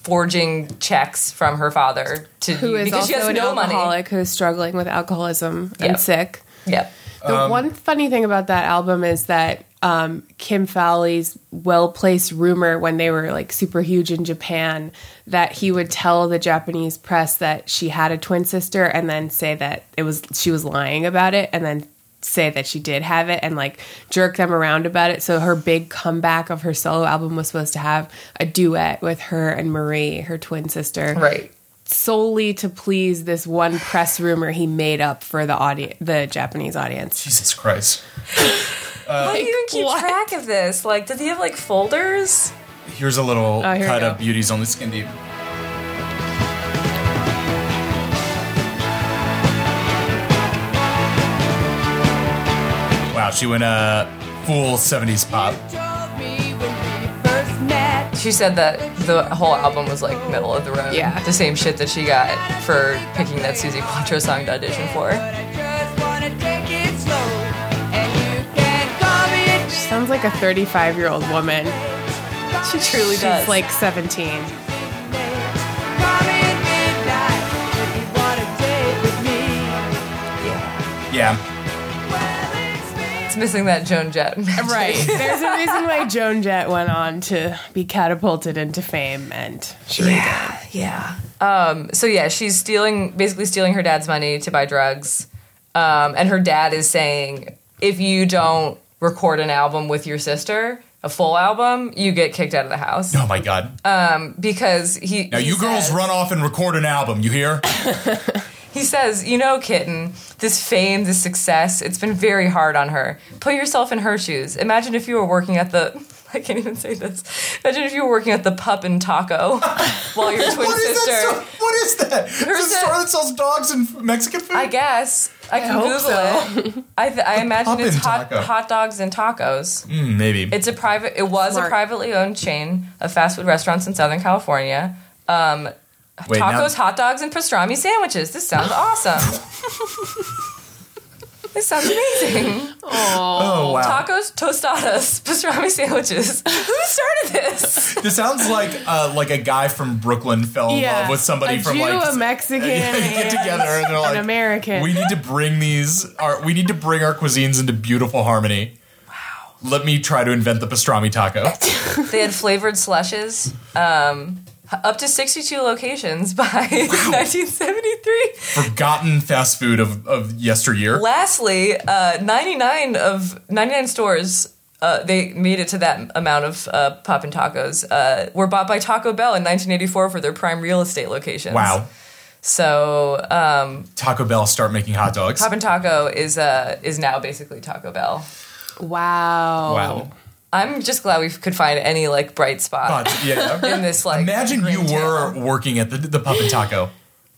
forging checks from her father to who is because also she has an no money. alcoholic who's struggling with alcoholism Yeah. and sick. Yeah. The one funny thing about that album is that um, Kim Fowley's well placed rumor when they were like super huge in Japan that he would tell the Japanese press that she had a twin sister and then say that it was she was lying about it and then say that she did have it and like jerk them around about it. So her big comeback of her solo album was supposed to have a duet with her and Marie, her twin sister Right. solely to please this one press rumor he made up for the audience, the Japanese audience. Jesus Christ. How do you even keep what? track of this? Like, does he have like folders? Here's a little Oh, here we cut go. of Beauties Only Skin Deep. Wow, she went uh, full 70s pop. She said that the whole album was like middle of the road. Yeah. The same shit that she got for picking that Susie Quattro song to audition for. Sounds like a 35 year old woman. She truly does. She's like 17. Yeah. it's missing that [laughs] Joan Jett. Right. There's a [laughs] reason why Joan Jett went on to be catapulted into fame and yeah. Yeah. Um, so yeah, she's stealing, basically stealing her dad's money to buy drugs, um, and her dad is saying, if you don't record an album with your sister, a full album, you get kicked out of the house Oh my God. Uh, because he. now, he you girls says- run off and record an album, you [laughs] hear? He says, You know, kitten, this fame, this success, it's been very hard on her. Put yourself in her shoes. Imagine if you were working at the. [laughs] I can't even say this. Imagine if you were working at the Pup [laughs] and Taco while your twin What is sister. that? store- What is that? It's a There's a- store that sells dogs and Mexican food. I guess. I can hope Google so. it. I, th- I imagine Pup it's and hot, Taco. hot dogs and tacos. Mm, maybe. It's a private. It was a Smart. privately owned chain of fast food restaurants in Southern California. Um, Wait, now- tacos, hot dogs, and pastrami sandwiches. This sounds [laughs] awesome. this sounds amazing. oh, wow. Tacos, tostadas, [laughs] pastrami sandwiches. Who started this? This sounds like uh, like a guy from Brooklyn fell in love with somebody a from Jew, like a [laughs] Mexican, they get and together and they're like an American. We need to bring these our we need to bring our cuisines into beautiful harmony. Wow. Let me try to invent the pastrami [laughs] taco. they had flavored slushes. Um, up to 62 locations by 1973. Forgotten fast food of, of yesteryear. Lastly, uh, 99 of 99 stores. Uh, they made it to that amount of uh, pop and tacos. Uh, were bought by Taco Bell in 1984 for their prime real estate locations. Wow. So um, Taco Bell start making hot dogs. Pop and Taco is uh, is now basically Taco Bell. wow. Wow. I'm just glad we could find any like bright spot. But [laughs] yeah. in this like Imagine you grim were town. working at the the pub and taco.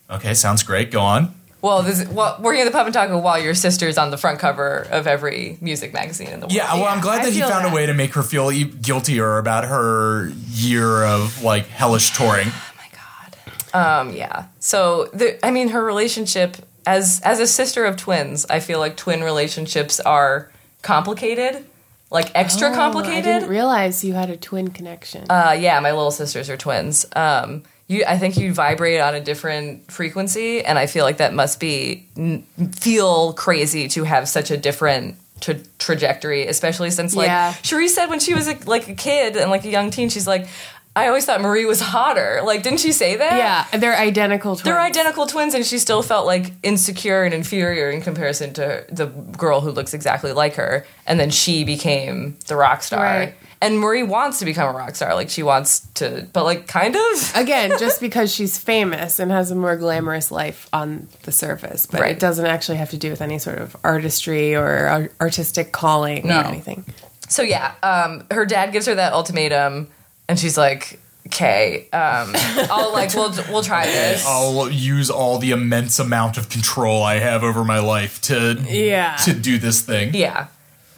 Okay, sounds great. Go on. well this well working at the pub and taco while your sister's on the front cover of every music magazine in the world Yeah, well, I'm glad I that he feel found a that. way to make her feel e- guiltier about her year of like hellish touring. oh my god um yeah so the, i mean her relationship as as a sister of twins i feel like twin relationships are complicated like extra Oh, I complicated didn't realize you had a twin connection. uh, yeah my little sisters are twins um you, I think you vibrate on a different frequency, and I feel like that must be n- feel crazy to have such a different tra- trajectory, especially since like Yeah. Cherie said when she was a, like a kid and like a young teen, she's like, I always thought Marie was hotter. Like, didn't she say that? yeah, they're identical twins. They're identical twins, and she still felt like insecure and inferior in comparison to the girl who looks exactly like her. And then she became the rock star. Right. And Marie wants to become a rock star. Like, she wants to, but like, kind of. Again, just because she's famous and has a more glamorous life on the surface, but Right. it doesn't actually have to do with any sort of artistry or ar- artistic calling No. or anything. So, yeah, um, her dad gives her that ultimatum, and she's like, okay, um, I'll like, we'll, we'll try this. I'll use all the immense amount of control I have over my life to Yeah. to do this thing. Yeah.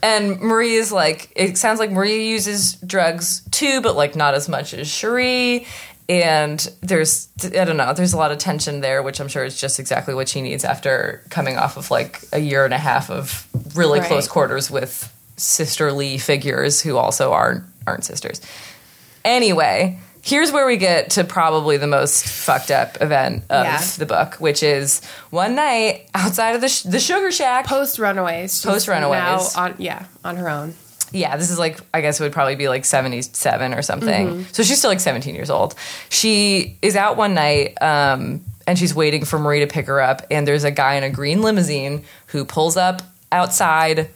And Marie is like, it sounds like Marie uses drugs too, but like not as much as Cherie. And there's, I don't know, there's a lot of tension there, which I'm sure is just exactly what she needs after coming off of like a year and a half of really Right. close quarters with sisterly figures who also aren't aren't sisters. Anyway, Here's where we get to probably the most fucked up event of Yeah. the book, which is one night outside of the, sh- the Sugar Shack. Post Runaways. She's Post Runaways. Now on, yeah, on her own. yeah, this is like I guess it would probably be like seventy seven or something. Mm-hmm. So she's still like seventeen years old. She is out one night, um, and she's waiting for Marie to pick her up. And there's a guy in a green limousine who pulls up outside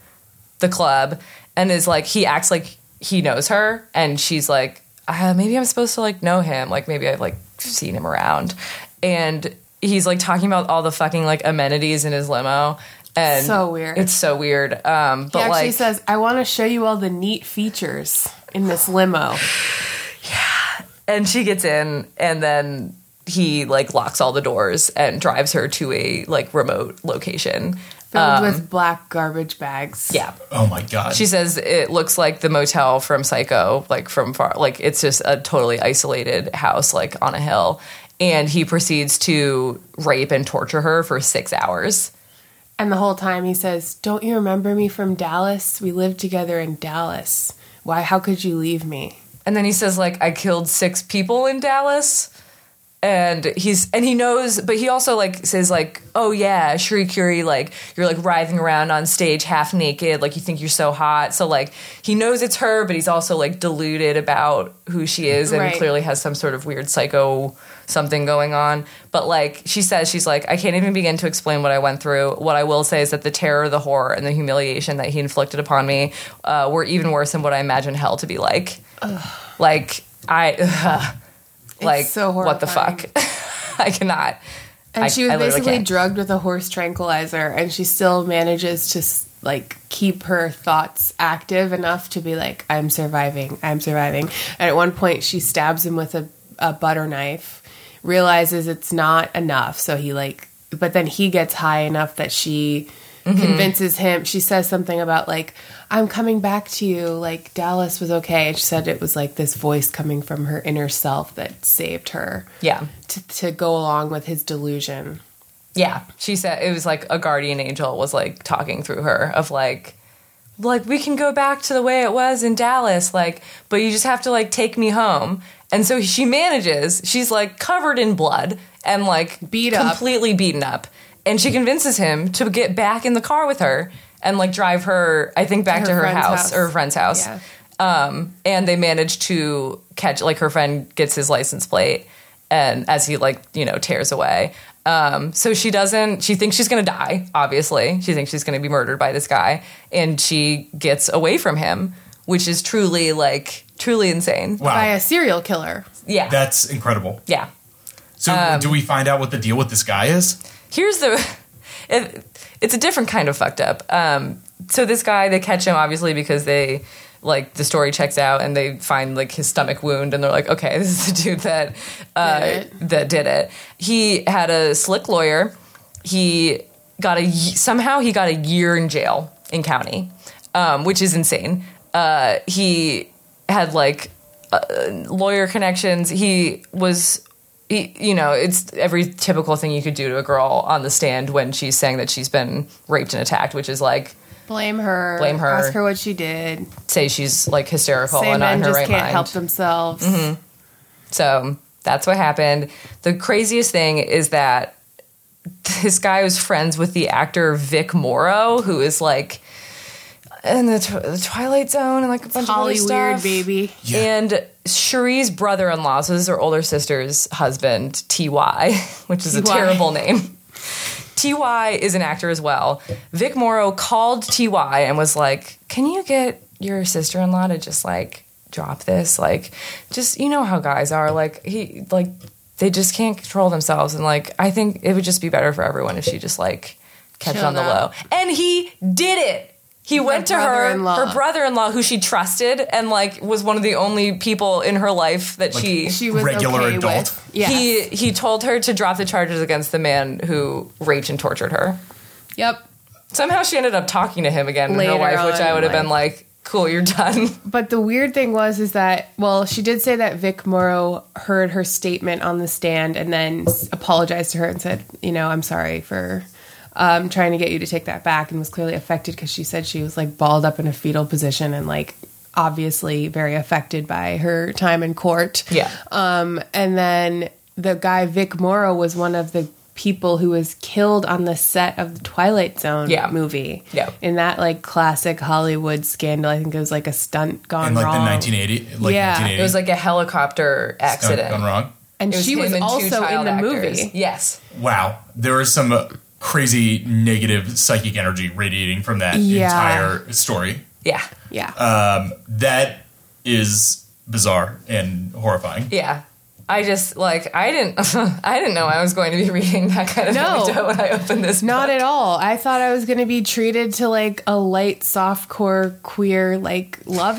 the club and is like he acts like he knows her, and she's like, uh, maybe I'm supposed to like know him, like maybe I've like seen him around, and he's like talking about all the fucking like amenities in his limo. And So weird. It's so weird. Um, but He actually like, says, I want to show you all the neat features in this limo. and she gets in and then he like locks all the doors and drives her to a like remote location Filled with black garbage bags. Um, yeah Oh my god. she says it looks like the motel from psycho like from far like it's just a totally isolated house like on a hill and he proceeds to rape and torture her for six hours And the whole time he says, Don't you remember me from Dallas? We lived together in Dallas. Why, how could you leave me? and then he says like i killed six people in dallas and he's and he knows but he also like says like oh yeah shuri curie like you're like writhing around on stage half naked like you think you're so hot so like he knows it's her but he's also like deluded about who she is and Right. clearly has some sort of weird psycho something going on but like she says she's like i can't even begin to explain what i went through what i will say is that the terror the horror and the humiliation that he inflicted upon me uh, were even worse than what i imagined hell to be like like i [laughs] like so what the horrifying. fuck [laughs] i cannot And I- she was I literally basically can't. drugged with a horse tranquilizer, and she still manages to s- like keep her thoughts active enough to be like, "I'm surviving, I'm surviving." And at one point, she stabs him with a, a butter knife, realizes it's not enough, so he like, but then he gets high enough that she Mm-hmm. convinces him. She says something about like, "I'm coming back to you." Like Dallas was okay, and she said it was like this voice coming from her inner self that saved her yeah to, to go along with his delusion. yeah she said it was like a guardian angel was like talking through her of like like we can go back to the way it was in dallas like but you just have to like take me home and so she manages she's like covered in blood and like Beat up. completely beaten up and she convinces him to get back in the car with her and like drive her i think back to her, friend's house, house. or her friend's house Yeah. um, and they manage to catch like her friend gets his license plate and as he like you know tears away um, so she doesn't she thinks she's gonna die obviously she thinks she's gonna be murdered by this guy and she gets away from him which is truly like truly insane wow. By a serial killer. yeah That's incredible. yeah So Um, do we find out what the deal with this guy is? here's the [laughs] it, it's a different kind of fucked up um so this guy they catch him obviously because they like the story checks out and they find like his stomach wound and they're like okay [laughs] this is the dude that uh Did it. that did it he had a slick lawyer he got a y- somehow he got a year in jail in county um which is insane uh he had like uh, lawyer connections. He was, he, you know, it's every typical thing you could do to a girl on the stand when she's saying that she's been raped and attacked, which is like Blame her. Blame her. Ask her what she did. say she's like hysterical Say and on men her just right can't mind. help themselves. So that's what happened. The craziest thing is that this guy was friends with the actor Vic Morrow, who is like in the, tw- the Twilight Zone and like a bunch Holly of other weird stuff. baby. And Cherie's brother in law, so this is her older sister's husband, TY, [laughs] which is a TY. terrible name. TY is an actor as well. Vic Morrow called TY and was like, Can you get your sister in law to just like drop this? Like, just, you know how guys are. Like, he, like, they just can't control themselves. And like, I think it would just be better for everyone if she just like kept it Chilled on the out. low. And he did it. He went to her, brother-in-law. her brother-in-law, who she trusted and like was one of the only people in her life that she. She was Regular okay adult. With. Yeah. He he told her to drop the charges against the man who raped and tortured her. yep. Somehow she ended up talking to him again in Later her life, which I on, would have been like, "Cool, you're done." [laughs] But the weird thing was is that well, she did say that Vic Morrow heard her statement on the stand and then s- apologized to her and said, you know, I'm sorry for um, trying to get you to take that back, and was clearly affected because she said she was like balled up in a fetal position and like obviously very affected by her time in court. Yeah. Um, and then the guy Vic Morrow was one of the people who was killed on the set of the Twilight Zone Yeah. movie. Yeah. In that like classic Hollywood scandal, I think it was like a stunt gone in like wrong. the 1980, like Yeah, 1980. It was like a helicopter accident. gone wrong. and It she was him and two also in child the actors. movie. Yes. Wow, there was some uh, crazy negative psychic energy radiating from that Yeah. entire story. Yeah. Yeah. That is bizarre and horrifying. Yeah. I just like I didn't [laughs] I didn't know I was going to be reading that kind of [laughs] No. anecdote when I opened this. Not book. at all. I thought I was going to be treated to like a light, softcore, queer, like love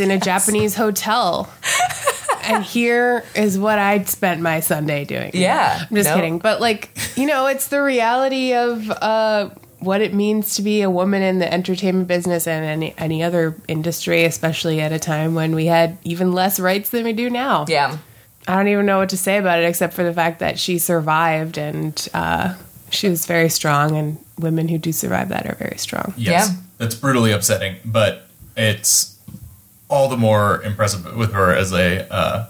[laughs] in a Japanese hotel. and here is what I'd spent my Sunday doing. Yeah. I'm just No. kidding. But like, you know, it's the reality of uh, what it means to be a woman in the entertainment business and any, any other industry, especially at a time when we had even less rights than we do now. Yeah. I don't even know what to say about it except for the fact that she survived and uh, she was very strong, and women who do survive that are very strong. Yes, Yeah. that's brutally upsetting, but it's all the more impressive with her as a uh,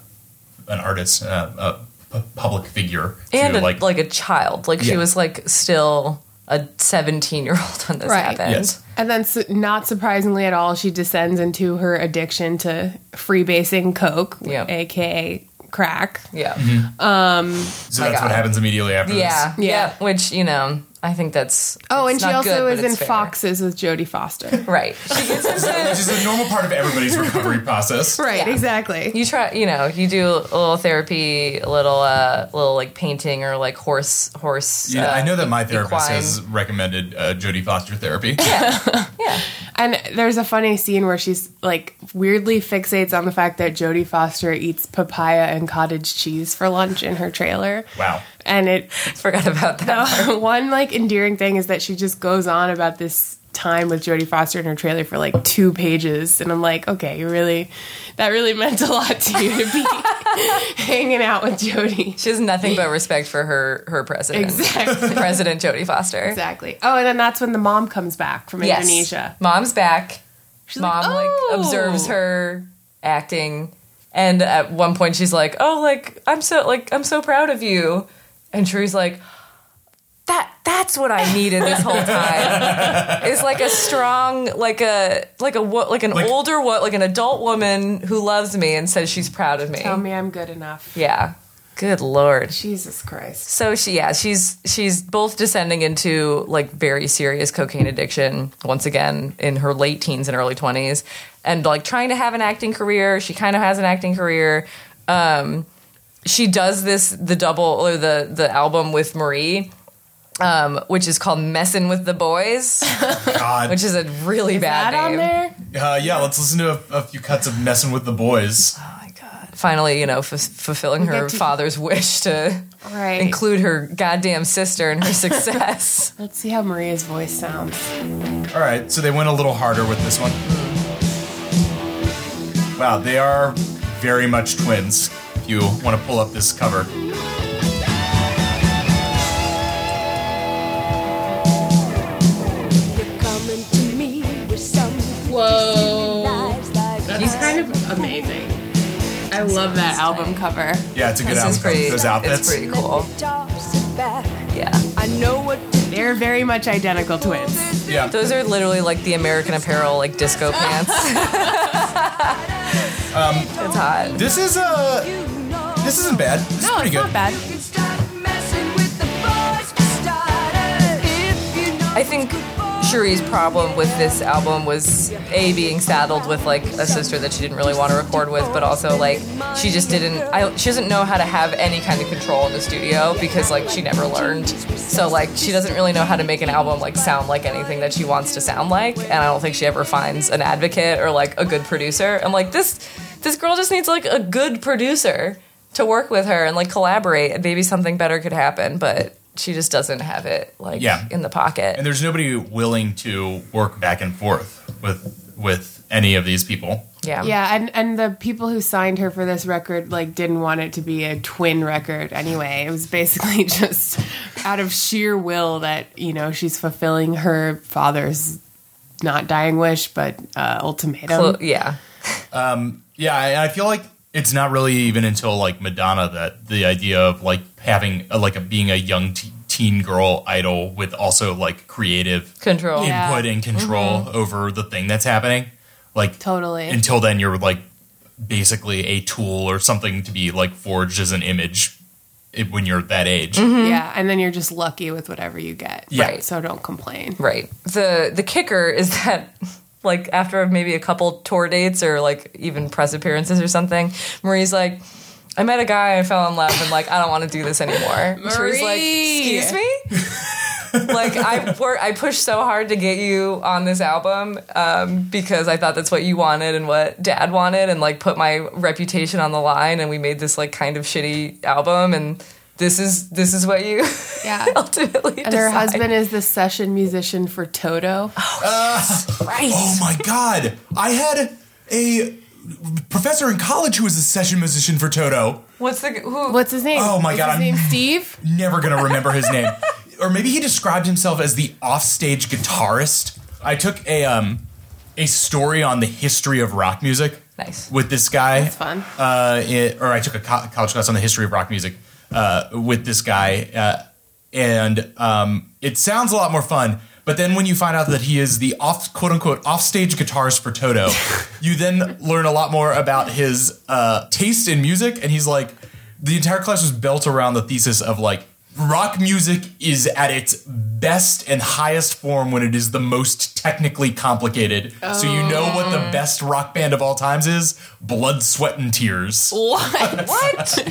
an artist, uh, a p- public figure. And to, a, like, a child. Like she Yeah. was like still a 17 year old when this Right. happened. yes, And then, su- not surprisingly at all, she descends into her addiction to freebasing coke, Yeah. aka crack. Yeah. so Oh My that's what God. happens immediately after Yeah. this. Yeah. Yeah. Which, you know, I think that's. Oh, it's and she not also good, but is it's in fair. Foxes with [laughs] Jodie Foster. Right. She gets into. [laughs] Which is a normal part of everybody's [laughs] recovery process. right, Yeah. exactly. You try, you know, you do a little therapy, a little, uh, little like painting or like horse, horse. Yeah, uh, I know that my therapist equine. has recommended uh, Jodie Foster therapy. Yeah, And there's a funny scene where she's like weirdly fixates on the fact that Jodie Foster eats papaya and cottage cheese for lunch in her trailer. wow. And it forgot about that. [laughs] one like endearing thing is that she just goes on about this time with Jodie Foster in her trailer for like two pages, and I'm like, okay, you really, that really meant a lot to you to be [laughs] hanging out with Jodie. She has nothing but respect for her her president, Exactly. President Jodie Foster. Exactly. Oh, and then that's when the mom comes back from Yes. Indonesia. Mom's back. She's Mom like, "Oh." observes her acting, and at one point she's like, "Oh, like I'm so like I'm so proud of you," and True's like. That that's what I needed this [laughs] whole time. It's like a strong, like a like a wo- like an Like- older what like an adult woman who loves me and says she's proud of me. Tell me Oh, I'm good enough. Yeah. Good lord. Jesus Christ. So she, yeah, she's she's both descending into like very serious cocaine addiction once again in her late teens and early twenties, and like trying to have an acting career. She kind of has an acting career. Um, she does this the double or the the album with Marie, um, which is called "Messin' with the Boys," [laughs] [laughs] God. which is a really bad That on name. there? Uh, yeah, let's listen to a, a few cuts of messing with the boys. Oh my god! Finally, you know, f- fulfilling her get to- father's wish to Right. include her goddamn sister in [laughs] her success. Let's see how Maria's voice sounds. All right, so they went a little harder with this one. Wow, they are very much twins. If you want to pull up this cover, You're coming to me with some Whoa. lies like He's kind of amazing. I love that album cover. yeah, it's a good This album. is pretty. Those outfits. It's pretty cool. Let me toss it back. Yeah, I know what to do. They're very much identical twins. Yeah, those are literally like the American Apparel like disco pants. it's hot. this is uh, You know. this isn't bad. This is No, pretty it's good. not bad. You can start messing with the boys for starters. If you know I think Cherie's problem with this album was a being saddled with like a sister that she didn't really want to record with, but also like she just didn't. I, she doesn't know how to have any kind of control in the studio because like she never learned. So like she doesn't really know how to make an album like sound like anything that she wants to sound like, and I don't think she ever finds an advocate or like a good producer. I'm like this. This girl just needs like a good producer to work with her and like collaborate, and maybe something better could happen, but. She just doesn't have it like Yeah. in the pocket. And there's nobody willing to work back and forth with with any of these people. Yeah. Yeah, and and the people who signed her for this record like didn't want it to be a twin record anyway. It was basically [laughs] just out of sheer will that you know she's fulfilling her father's not dying wish, but uh, ultimatum. Well, yeah. Um, yeah, I, I feel like it's not really even until like Madonna that the idea of like having uh, like a, being a young te- teen girl idol with also like creative Control. Yeah. Mm-hmm. input and control over the thing that's happening. Like Totally. Until then, you're like basically a tool or something to be like forged as an image i- when you're that age. Yeah, and then you're just lucky with whatever you get. Mm-hmm. Yeah. Right. So don't complain. Right. The the kicker is [laughs] that like after maybe a couple tour dates or like even press appearances or something, Marie's like I met a guy and fell in love and like I don't want to do this [laughs] anymore. Marie's like, Marie! "Excuse me?" [laughs] like I wor- I pushed so hard to get you on this album um, because I thought that's what you wanted and what Dad wanted, and like put my reputation on the line, and we made this like kind of shitty album, and this is this is what you Yeah. [laughs] ultimately. [laughs] And her decide. husband is the session musician for Toto. Oh my god! I had a professor in college who was a session musician for Toto. What's the who? What's his name? Oh my Is God, His I'm- name [laughs] Steve? Never gonna remember his name, or maybe he described himself as the offstage guitarist. I took a um a story on the history of rock music. Nice. With this guy, That's fun. uh, it, or I took a co- college class on the history of rock music uh, with this guy, uh, and um, it sounds a lot more fun. But then when you find out that he is the off quote unquote offstage guitarist for Toto, you then learn a lot more about his uh, taste in music, and he's like, the entire class was built around the thesis of like. Rock music is at its best and highest form when it is the most technically complicated. So you know what the best rock band of all times is? Blood, sweat, and tears. What? What?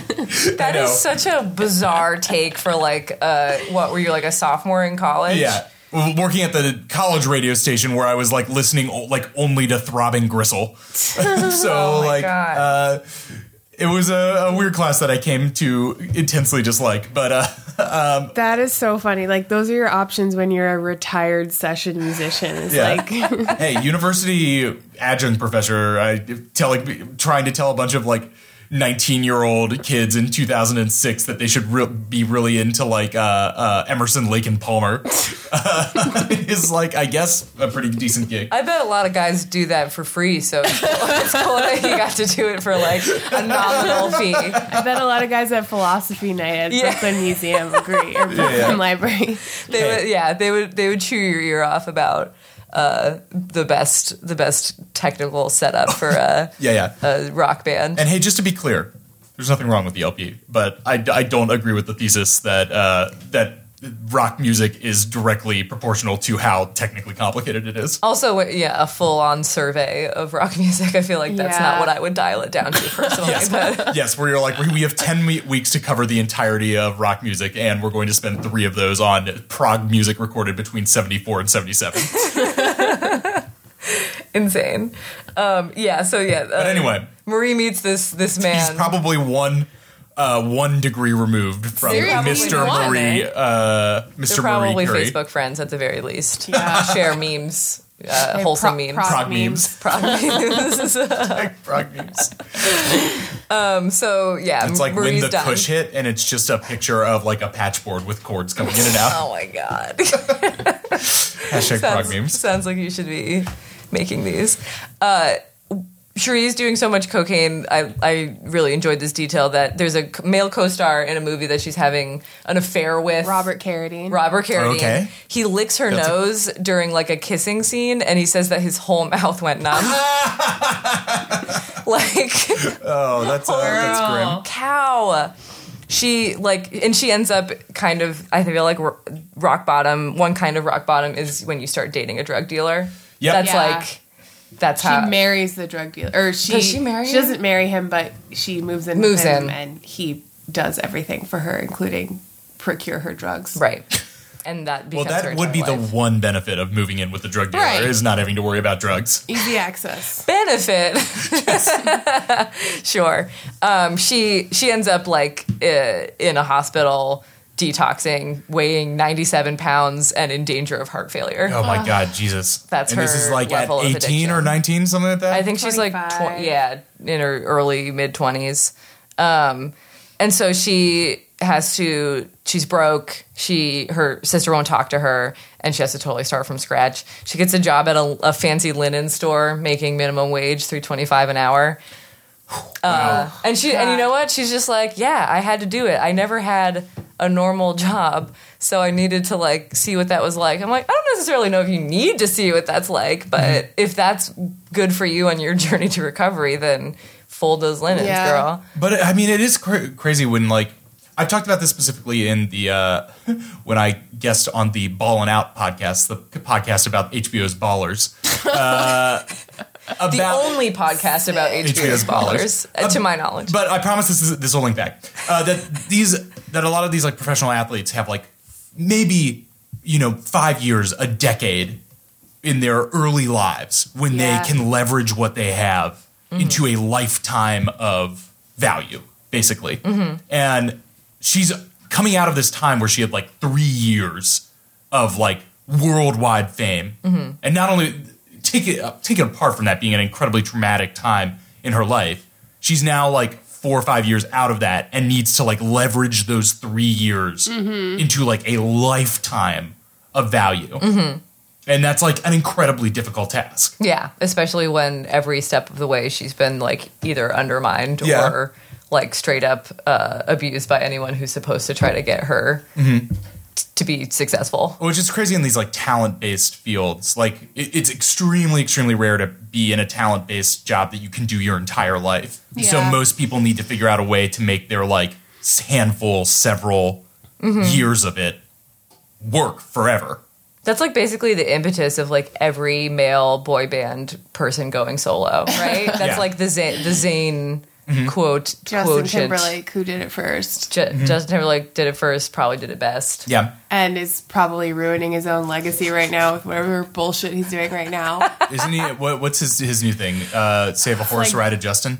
That know. is such a bizarre take for like uh what were you like a sophomore in college? Yeah. W- Working at the college radio station where I was like listening o- like only to throbbing [laughs] gristle. so Oh my like God. uh it was a, a weird class that I came to intensely dislike, but [laughs] uh That is so funny. Like those are your options when you're a retired session musician. It's Yeah. like [laughs] hey, university adjunct professor, I telling trying to tell a bunch of like 19 year old kids in 2006 that they should re- be really into like uh, uh, Emerson, Lake, and Palmer [laughs] uh, is like, I guess, a pretty decent gig. I bet a lot of guys do that for free, so it's cool, it's cool [laughs] that you got to do it for like a nominal fee. I bet a lot of guys at philosophy night at Yeah. Brooklyn Museum [laughs] agree or Brooklyn Library. They would, yeah, they would they would chew your ear off about uh the best the best technical setup for a Yeah, yeah. a rock band. And hey, just to be clear, there's nothing wrong with the LP, but I, I don't agree with the thesis that uh, that rock music is directly proportional to how technically complicated it is. also, yeah, a full-on survey of rock [laughs] music. I feel like that's Yeah. not what I would dial it down to personally. [laughs] but- yes, where you're like, we- we have 10 we- weeks to cover the entirety of rock music, and we're going to spend three of those on prog music recorded between 74 and 77. insane. Um, yeah. So yeah. But anyway, Marie meets this this he's man. probably one. Uh, one degree removed from Seriously, Mr. one, Marie, eh? uh, They're Mr. Marie probably Curie. Facebook friends at the very least. Yeah. [laughs] Share memes, uh, wholesome Pro- memes. Prog Prog memes. Prog memes. [laughs] um, [laughs] so yeah, It's like Marie's when the done. push hit, and it's just a picture of like a patchboard with cords coming in and out. Oh my god! Hashtag prog sounds, memes. sounds like you should be making these. Uh, Cherie's doing so much cocaine. I, I really enjoyed this detail that there's a c- male co-star in a movie that she's having an affair with. Robert Carradine. Robert Carradine. Oh, Okay. He licks her That's a- nose during like a kissing scene, and he says that his whole [laughs] mouth [laughs] went numb. like Oh, that's uh, that's grim. cow. She like, and she ends up kind of. I feel like ro- rock bottom. One kind of rock bottom is when you start dating a drug dealer. Yep. That's Yeah. like, that's She how. marries the drug dealer, or she uh, Does she marry she him? doesn't marry him, but she moves in Moves with him, in. and he does everything for her, including procure her drugs. right. And that Well, becomes her that would be entire the life. one benefit of moving in with the drug dealer Right. is not having to worry about drugs. Easy [laughs] access. benefit. [laughs] sure. Um, she she ends up like uh, in a hospital detoxing, weighing 97 pounds and in danger of heart failure. Oh my God, Jesus! That's and this is her like at level of eighteen or addiction. nineteen, something like that. I think she's like 25. tw- yeah, in her early mid 20s. Um, and so she has to she's broke. She her sister won't talk to her, and she has to totally start from scratch. She gets a job at a, a fancy linen store, making minimum wage three twenty five an hour. Uh, and she and you know what? She's just like, yeah, I had to do it. I never had a normal job, so I needed to like see what that was like. I'm like, I don't necessarily know if you need to see what that's like, but if that's good for you on your [laughs] journey to recovery, then fold those linens, Yeah. girl. But I mean, it is cra- crazy when like I've talked about this specifically in the uh, [laughs] when I guest on the Ballin' Out podcast, the podcast about HBO's [laughs] Ballers. Uh, The about, only podcast about HBO's HBO's ballers, ballers. uh, to my knowledge. But I promise this is this will link back. Uh, that these that a lot of these like professional athletes have like maybe you know five years, a decade in their early lives when Yeah. they can leverage what they have into a lifetime of value, basically. And she's coming out of this time where she had like three years of like worldwide fame, and not only take it uh, take it apart from that being an incredibly traumatic time in her life, she's now like four or five years out of that and needs to like leverage those three years into like a lifetime of value. And that's like an incredibly difficult task. yeah, especially when every step of the way she's been like either undermined Yeah. or like straight up uh, abused by anyone who's supposed to try to get her Mm-hmm. t- to be successful. Which is crazy in these like talent based fields. Like it, it's extremely, extremely rare to be in a talent based job that you can do your entire life. So Yeah. most people need to figure out a way to make their like s- handful, several Mm-hmm. years of it work forever. That's like basically the impetus of like every male boy band person going [laughs] solo, right? That's Yeah. Mm-hmm. like the Zayn, the Zayn quote Justin quotient. Timberlake, who did it first, Ju- Justin Timberlake did it first, probably did it best. Yeah. and is probably ruining his own legacy right now with whatever bullshit he's doing [laughs] right now. Isn't he? What, what's his his new thing? Uh, Save a horse, Like- ride a Justin.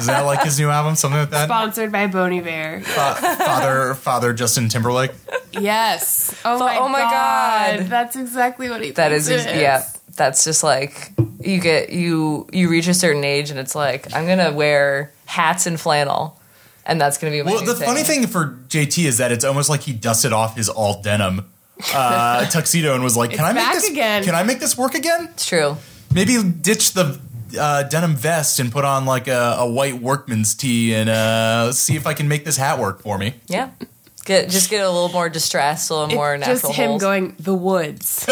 is that like his new album? Something like that. Sponsored by Boney Bear. Fa- father, father, Justin Timberlake. Yes. [laughs] Oh my, oh my god. God. That's exactly what he. That is, thinks it yeah. That's just like you get you you reach a certain age and it's like I'm gonna wear hats and flannel, and that's gonna be my Well, new the funny thing for JT is that it's almost like he dusted off his all denim uh, tuxedo and was like, "Can I make back this? again." Can I make this work again? It's true. Maybe ditch the uh, denim vest and put on like a, a white workman's tee and uh, see if I can make this hat work for me." Yeah. Get just get a little more distressed, a little It's more natural. Just him holes. going [laughs] the woods.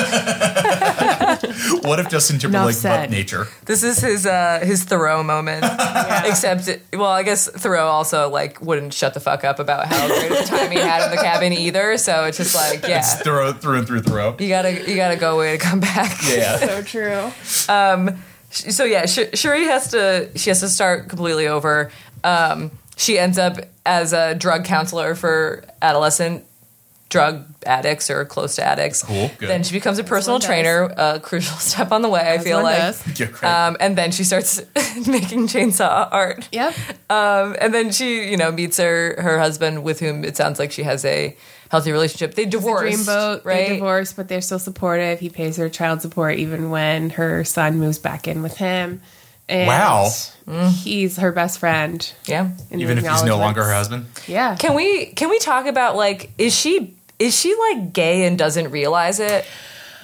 What if Justin Timberlake said. loved nature? This is his uh, his Thoreau [laughs] moment. Except, it, well, I guess Thoreau also like wouldn't shut the fuck up about how great of a time he had in the cabin either. So it's just like, yeah, It's throw through and through throw. you gotta you gotta go away to come back. Yeah. [laughs] so true. so yeah, Sh- Shuri has to she has to start completely over. Um, she ends up as a drug counselor for adolescent drug addicts or close to addicts. Cool, good. Then she becomes a personal does. trainer, a crucial [laughs] step on the way. I feel one like. does. Yeah, great. Um, and then she starts [laughs] making chainsaw art. Yep. Um, and then she, you know, meets her her husband, with whom it sounds like she has a healthy relationship. They divorced, Dreamboat. right? They divorced, but they're still supportive. He pays her child support even when her son moves back in with him. And Wow. He's her best friend. Yeah. in the Even if he's no longer her acknowledgements. husband. Yeah. Can we can we talk about like is she is she like gay and doesn't realize it?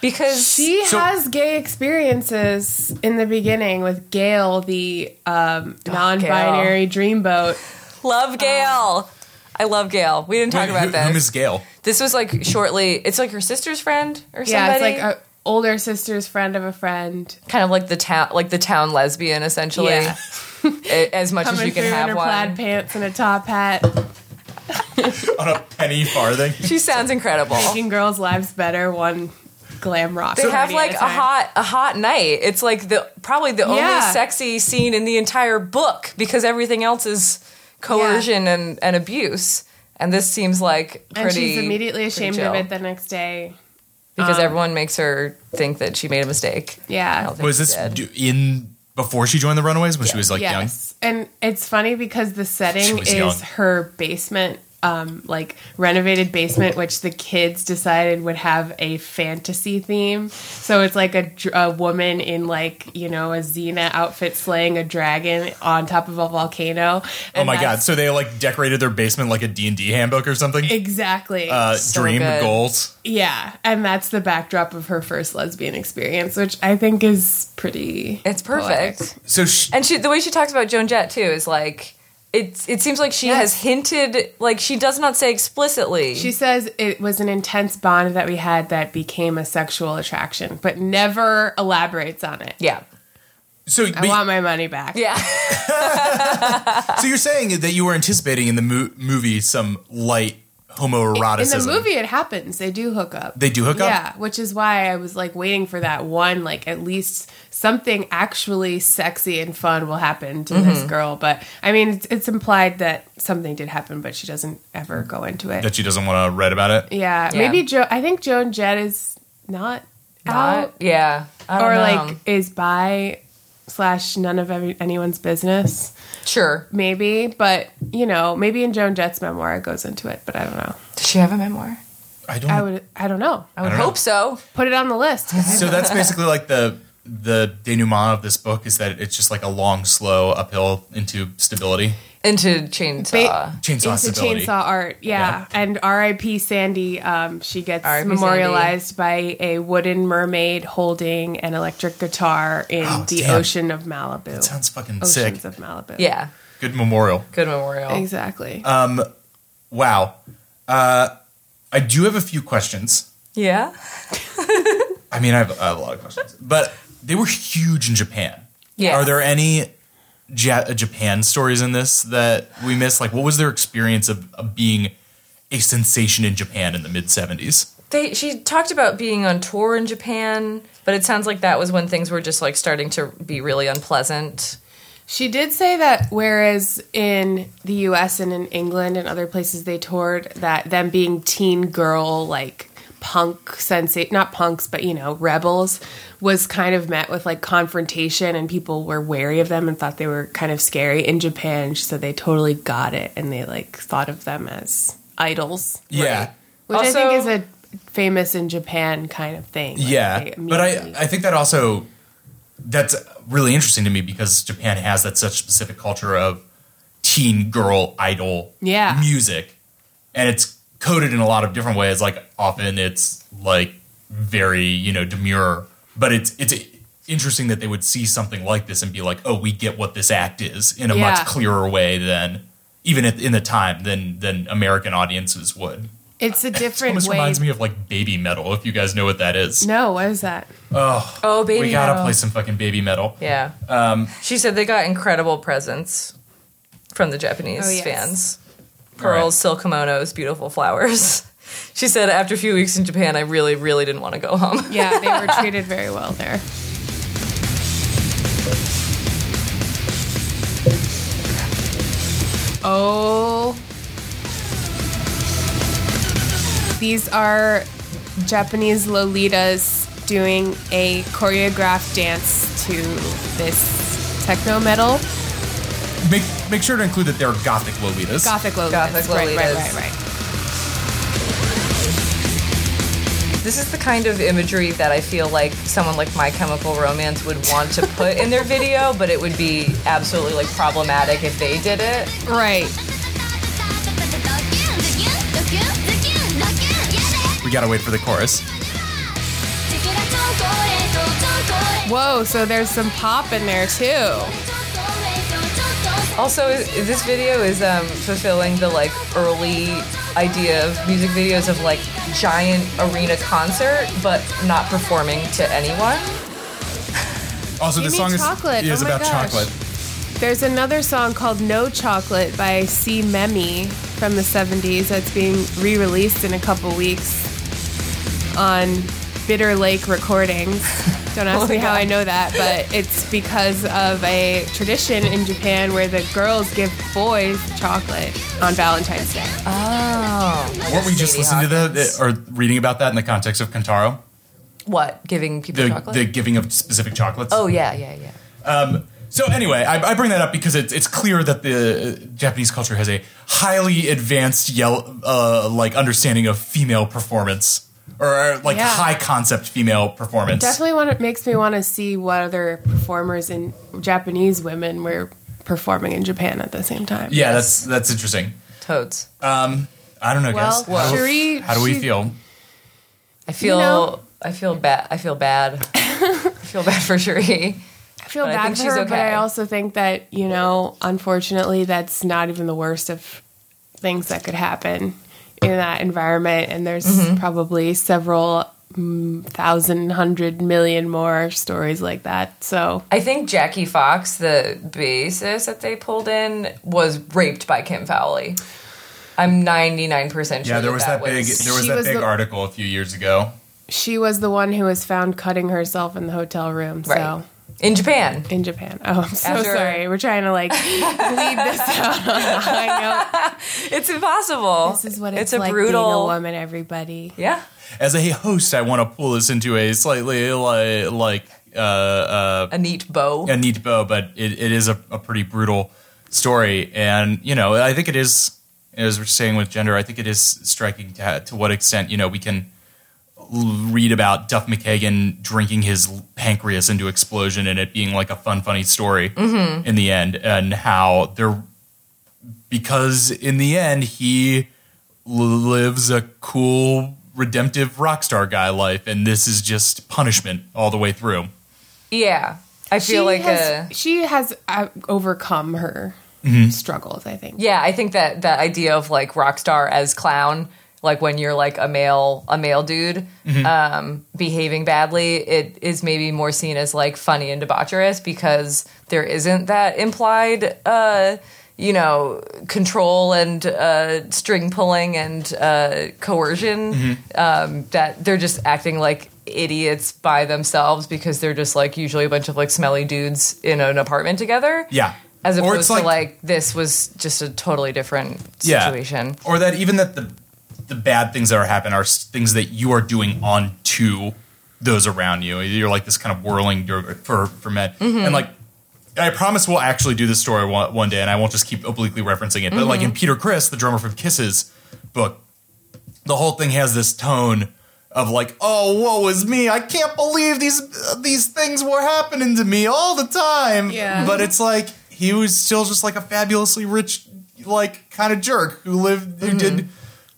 Because She So- has gay experiences in the beginning with Gail, the Oh, um, non-binary dreamboat. um, love Gail. I love Gail. We didn't talk Wait, about who, this. Whom is Gail? this was like shortly. It's like her sister's friend or somebody. Yeah, it's like a older sister's friend of a friend. kind of like the town, like the town lesbian, essentially. Yeah. A- as much as Coming you through can in have her plaid one. pants and a top hat, On a penny farthing. She sounds incredible. making girls' lives better. One glam rock. They have party like at a time. hot a hot night. It's like the probably the only Yeah. sexy scene in the entire book because everything else is coercion and, and abuse. And this seems like pretty and she's immediately pretty ashamed chill. of it the next day. because um, everyone makes her think that she made a mistake. I Yeah. don't think Was she this did. d- in before she joined the Runaways when she was like young? yes. And it's funny because the She setting was is young. her basement um, like renovated basement, which the kids decided would have a fantasy theme. So it's like a, dr- a woman in like you know a Xena outfit slaying a dragon on top of a volcano. Oh And my god! that's- So they like decorated their basement like a D and D handbook or something. Exactly. uh, so dream good. goals. yeah, and that's the backdrop of her first lesbian experience, which I think is pretty. It's perfect. poetic. So sh- And she, the way she talks about Joan Jett too is like it's. It seems like she Yes. has hinted, like she does not say explicitly. She says it was an intense bond that we had that became a sexual attraction, but never elaborates on it. yeah, so I but- want my money back. yeah. so you're saying that you were anticipating in the mo- movie some light In the homoeroticism. movie, it happens. They do hook up. they do hook up. yeah, which is why I was like waiting for that one, like at least something actually sexy and fun will happen to this girl. But I mean, it's, it's implied that something did happen, but she doesn't ever go into it. That she doesn't want to write about it. yeah, Yeah. maybe Joe. I think Joan Jett is not, out, Not- yeah. I don't or know. like is by slash none of every, anyone's business. sure. maybe but you know maybe in joan jett's memoir it goes into it but i don't know Does she have a memoir? I don't. i would i don't know I would don't know. hope so. put it on the list guys. so that's basically like the the denouement of this book is that it's just like a long, slow uphill into stability. Into chainsaw. Ba- Chainsaw into stability. chainsaw art yeah, and rip sandy um, she gets R.I.P. memorialized by a wooden mermaid holding an electric guitar in Oh, the damn. ocean of malibu Sounds fucking oceans sick. of malibu yeah. Good memorial. Good memorial. exactly Wow. Uh, I do have a few questions. Yeah. I mean, I have, I have a lot of questions, but they were huge in Japan. Yeah. Are there any ja- uh, Japan stories in this that we missed? Like, what was their experience of, of being a sensation in Japan in the mid 70s? They she talked about being on tour in Japan, but it sounds like that was when things were just like starting to be really unpleasant. She did say that whereas in the US and in England and other places they toured, that them being teen girl, like punk sensate, not punks, but you know, rebels, was kind of met with like confrontation and people were wary of them and thought they were kind of scary in Japan. So they totally got it and they like thought of them as idols, Yeah. which I Also- think is a famous in Japan kind of thing. Like, Yeah. they But I, immediately- I think that also, that's really interesting to me because Japan has that such specific culture of teen girl idol Yeah. music. And it's coded in a lot of different ways. Like often it's like very, you know, demure, but it's, it's interesting that they would see something like this and be like, oh, we get what this act is in a Yeah. much clearer way than even at, in the time than, than American audiences would. [laughs] it's a It different almost way. reminds me of like baby metal, if you guys know what that is. no, what is that? Oh baby. We gotta metal. play some fucking baby metal. Yeah. Um, she said they got incredible presents from the Japanese Oh, yes. fans. All right. Pearls, silk kimonos, beautiful flowers. [laughs] She said after a few weeks in Japan, I really, really didn't want to go home. [laughs] Yeah, they were treated very well there. Oh. These are Japanese Lolitas doing a choreographed dance to this techno metal. Make make sure to include that they're gothic lolitas. Gothic Lolitas. Gothic Right, right, Lolitas. right, right. This is the kind of imagery that I feel like someone like My Chemical Romance would want to put in their video, but it would be absolutely like problematic if they did it. Right. We gotta wait for the chorus. Whoa, so there's some pop in there too. Also, this video is um, fulfilling the like early idea of music videos of like giant arena concert, but not performing to anyone. Also, Give this me song is, chocolate. is Oh my about gosh. chocolate. There's another song called No Chocolate by C. Memi from the 70s that's being re released in a couple weeks on Bitter Lake Recordings. Don't ask me how I know that, but it's because of a tradition in Japan where the girls give boys chocolate on Valentine's Day. Weren't we just Sadie listening Hawkins. to the or reading about that in the context of Kantaro? What? Giving people The chocolate? the giving of specific chocolates. oh yeah, yeah, yeah. So anyway, I, I bring that up because it's it's clear that the uh, Japanese culture has a highly advanced yell uh, like understanding of female performance or uh, like Yeah. high concept female performance. Definitely want it makes me want to see what other performers and Japanese women were performing in Japan at the same time. Yeah, that's that's interesting. Toads. I don't know, Well, guys. How do- Cherie- how do we she- feel? I feel. know- I feel bad. I feel bad. [laughs] I feel bad for Cherie. I feel But I bad think for she's her, but okay. I also think that you know, unfortunately, that's not even the worst of things that could happen in that environment. And there's Mm-hmm. probably several mm, thousand, hundred million more stories like that. So I think Jackie Fox, the bassist that they pulled in, was raped by Kim Fowley. I'm 99 percent sure. Yeah, there was that, big was- there was She that was big the- article a few years ago. she was the one who was found cutting herself in the hotel room. right So. in Japan. In Japan. Oh, I'm so After- sorry. We're trying to [laughs] like lead this out [laughs] on a high note. It's impossible. This is what it's, a like brutal being a woman, everybody. Yeah. As a host, I want to pull this into a slightly like, like uh, uh, A neat bow. a neat bow, but it, it is a, a pretty brutal story. And you know, I think it is as we're saying with gender. I think it is striking to, to what extent you know we can l- read about Duff McKagan drinking his l- pancreas into explosion and it being like a fun, funny story Mm-hmm. in the end, and how there because in the end he l- lives a cool redemptive rock star guy life and this is just punishment all the way through Yeah. I feel like has, a she has uh, overcome her Mm-hmm. struggles. I think. yeah. I think that that idea of like rock star as clown, like when you're like a male a male dude um, behaving badly, it is maybe more seen as like funny and debaucherous because there isn't that implied. Uh, you know, control and uh, string pulling and uh, coercion. Um, that they're just acting like idiots by themselves because they're just like usually a bunch of like smelly dudes in an apartment together. yeah as Or opposed it's to like this was just a totally different situation. Or that even that the the bad things that are happening are s- things that you are doing on to those around you. You're like this kind of whirling dir- for for men, and like I promise we'll actually do this story one, one day, and I won't just keep obliquely referencing it. But like in Peter Chris, the drummer from Kisses book, the whole thing has this tone of like, oh, woe is me! I can't believe these these things were happening to me all the time. Yeah. But it's like he was still just like a fabulously rich, like kind of jerk who lived Mm-hmm. who did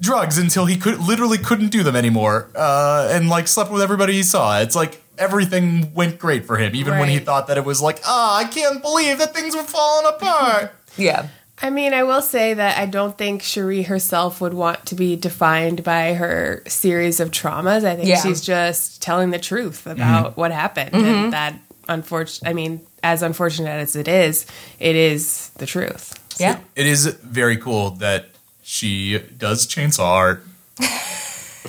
drugs until he could literally couldn't do them anymore, uh, and like slept with everybody he saw. It's like everything went great for him, even when he Right. thought that it was like, ah, I can't believe that things were falling apart. Yeah. I mean, I will say that I don't think Cherie herself would want to be defined by her series of traumas. I think Yeah. she's just telling the truth Mm-hmm. about what happened, Mm-hmm. and that unfortunate. I mean, as unfortunate as it is, it is the truth. Yeah. It is very cool that she does chainsaw art.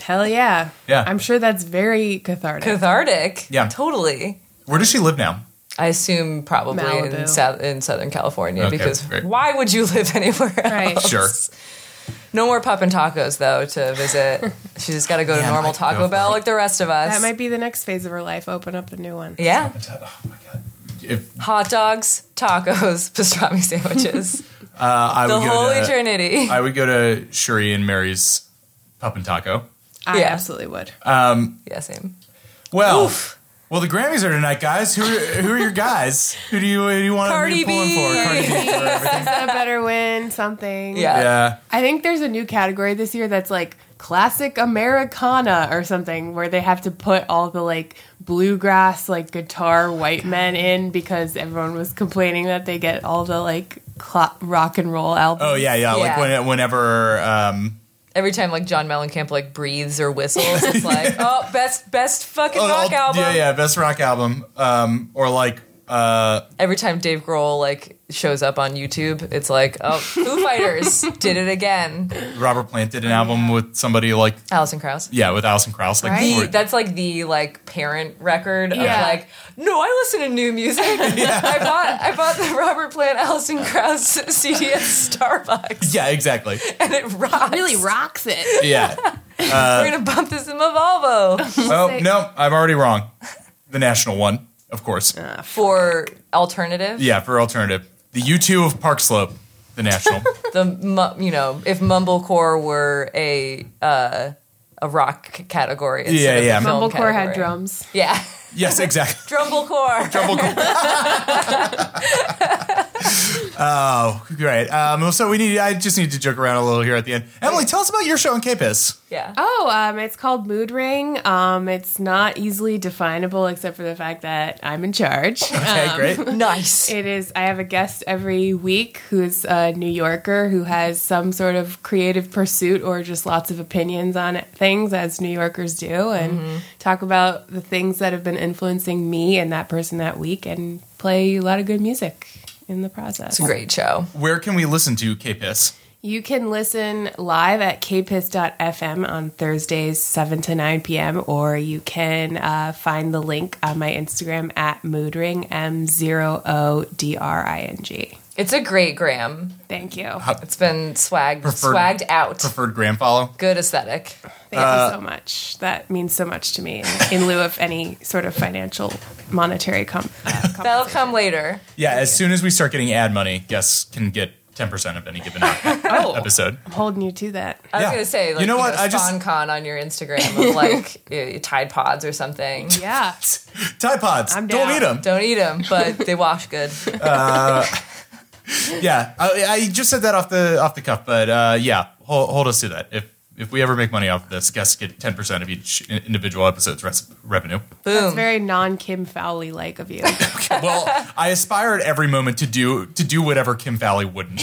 Hell yeah. Yeah. I'm sure that's very cathartic. Cathartic. Yeah. Totally. Where does she live now? I assume probably in Malibu. south in Southern California Okay, because great. why would you [laughs] live anywhere else? Right. Sure. No more pup and tacos though to [laughs] visit. She's just got to go to Yeah, I normal might go Taco for Bell it. like the rest of us. That might be the next phase of her life. Open up a new one. [laughs] yeah. Oh my god. If Hot dogs, tacos, [laughs] [laughs] pastrami sandwiches. uh, I the would go whole to, eternity. I would go to Shuri and Mary's Pup and Taco. I Yeah. absolutely would. yeah, same. Well, Oof. well, the Grammys are tonight, guys. Who are, who are your guys? Who do you who do you want to Cardi be pulling for? B. Cardi B. for [laughs] everything. I better win something. Yeah. Yeah, I think there's a new category this year that's like classic Americana or something where they have to put all the like bluegrass like guitar white men in because everyone was complaining that they get all the like cla rock and roll albums. Oh yeah, yeah. Like Yeah. when, whenever, um, Every time like John Mellencamp like breathes or [laughs] whistles, it's like, oh, best best fucking oh, rock all- album. yeah, yeah, best rock album, um, or like, uh, Every time Dave Grohl like shows up on YouTube, it's like, oh, [laughs] Foo Fighters did it again. Robert Plant did an album with somebody like, Allison Krauss. yeah, with Alison Krauss, like, Right. The- for- that's like the like parent record Yeah. of like no I listen to [laughs] new music I bought I bought the Robert Plant Allison Krauss CD at [laughs] Starbucks yeah, exactly, and it rocks Really rocks [laughs] it. yeah. Uh, we're gonna bump this in my Volvo Oh no, I'm already wrong. The national one. of course. for alternative. yeah, for alternative, the U two of Park Slope, the [laughs] National. The mu- you know if mumblecore were a uh, a rock c- category. instead Yeah, of a yeah. film Mumblecore had category. drums. Yeah, [laughs] yes, exactly. drumblecore. [laughs] oh, great. Um, so we need. I just need to joke around a little here at the end. Emily, tell us about your show on K-Piss. yeah. Oh, um, it's called Mood Ring. Um, it's not easily definable except for the fact that I'm in charge. [laughs] Okay, Um. [laughs] great. Nice. It is. I have a guest every week who's a New Yorker who has some sort of creative pursuit or just lots of opinions on things, as New Yorkers do, and talk about the things that have been influencing me and that person that week, and play a lot of good music in the It's process. a great show. Where can we listen to K-Piss? You can listen live at kpiss.fm on Thursdays, 7 to 9 p.m., or you can uh, find the link on my Instagram at moodring, M0O-D-R-I-N-G. It's a great gram. Thank you. It's been swagged Preferred- swagged out. Preferred gram follow. Good aesthetic. Thank Uh, you so much. That means so much to me in, in lieu of any sort of financial monetary com- uh, That'll compensation. come later. Yeah, as soon as we start getting ad money, guests can get ten percent of any [laughs] given episode. I'm holding you to that. Oh. I was Yeah. gonna say, like, You know what? I just- Spawn Con on your Instagram of [laughs] like eh, Tide Pods or something. Yeah. Tide Pods. I'm Don't down. eat them. Don't eat them, but they wash good. Yeah, I, I just said that off the off the cuff, but uh, yeah, hold, hold us to that. If if we ever make money off of this, guests get ten percent of each in- individual episode's res- revenue. That's very non Kim Fowley like of you. [laughs] well, I aspire at every moment to do to do whatever Kim Valley wouldn't.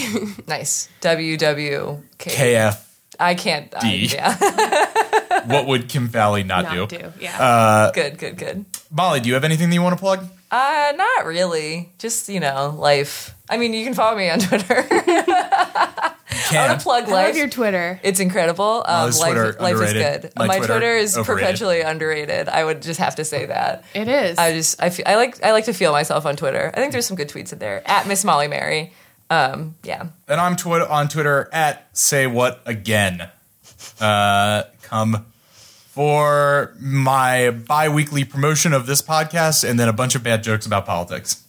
Nice. WWK. KF, I can't. I, D. yeah. [laughs] what would Kim Valley not, Not do? do. Yeah. Uh, Uh, good. Good. Good. Molly, do you have anything that you want to plug? Uh, not really. Just you know, life. I mean, you can follow me on [laughs] Twitter. I Can want to plug I love life. your Twitter. It's incredible. Um, Molly's life, Twitter, life is underrated. good. My My, Twitter, Twitter, is overrated. perpetually underrated. I would just have to say that. It is. I just I, feel, I like I like to feel myself on Twitter. I think there's some good tweets in there at Miss Molly Mary. Um, yeah, and I'm twi- on Twitter at say what again. Uh, come for my bi-weekly promotion of this podcast and then a bunch of bad jokes about politics.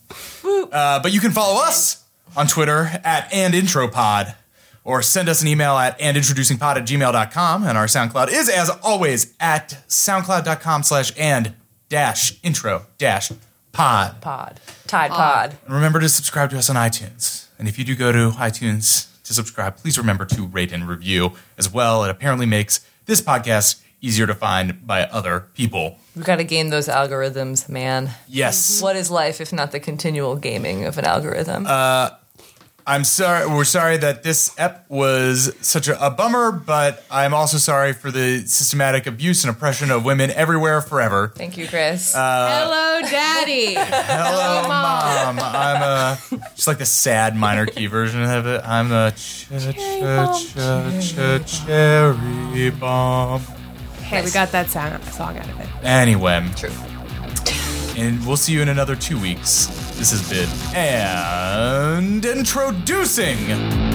Uh, but you can follow us on Twitter at and intropod or send us an email at andintroducingpod at gmail.com and our SoundCloud is as always at soundcloud.com slash and dash intro dash pod. pod Tide Pod. And remember to subscribe to us on iTunes. And if you do go to iTunes to subscribe, please remember to rate and review as well. It apparently makes this podcast easier to find by other people. We've got to game those algorithms, man. Yes. What is life if not the continual gaming of an algorithm? Uh, I'm sorry. We're sorry that this ep was such a, a bummer, but I'm also sorry for the systematic abuse and oppression of women everywhere forever. Thank you, Chris. Hello, [laughs] Daddy. Hello, mom. I'm a just like the sad minor key version of it. I'm a ch- ch- ch- ch- cherry bomb. hey, we got that sound, song out of it. Anyway. True. And we'll see you in another two weeks. This has been. And introducing.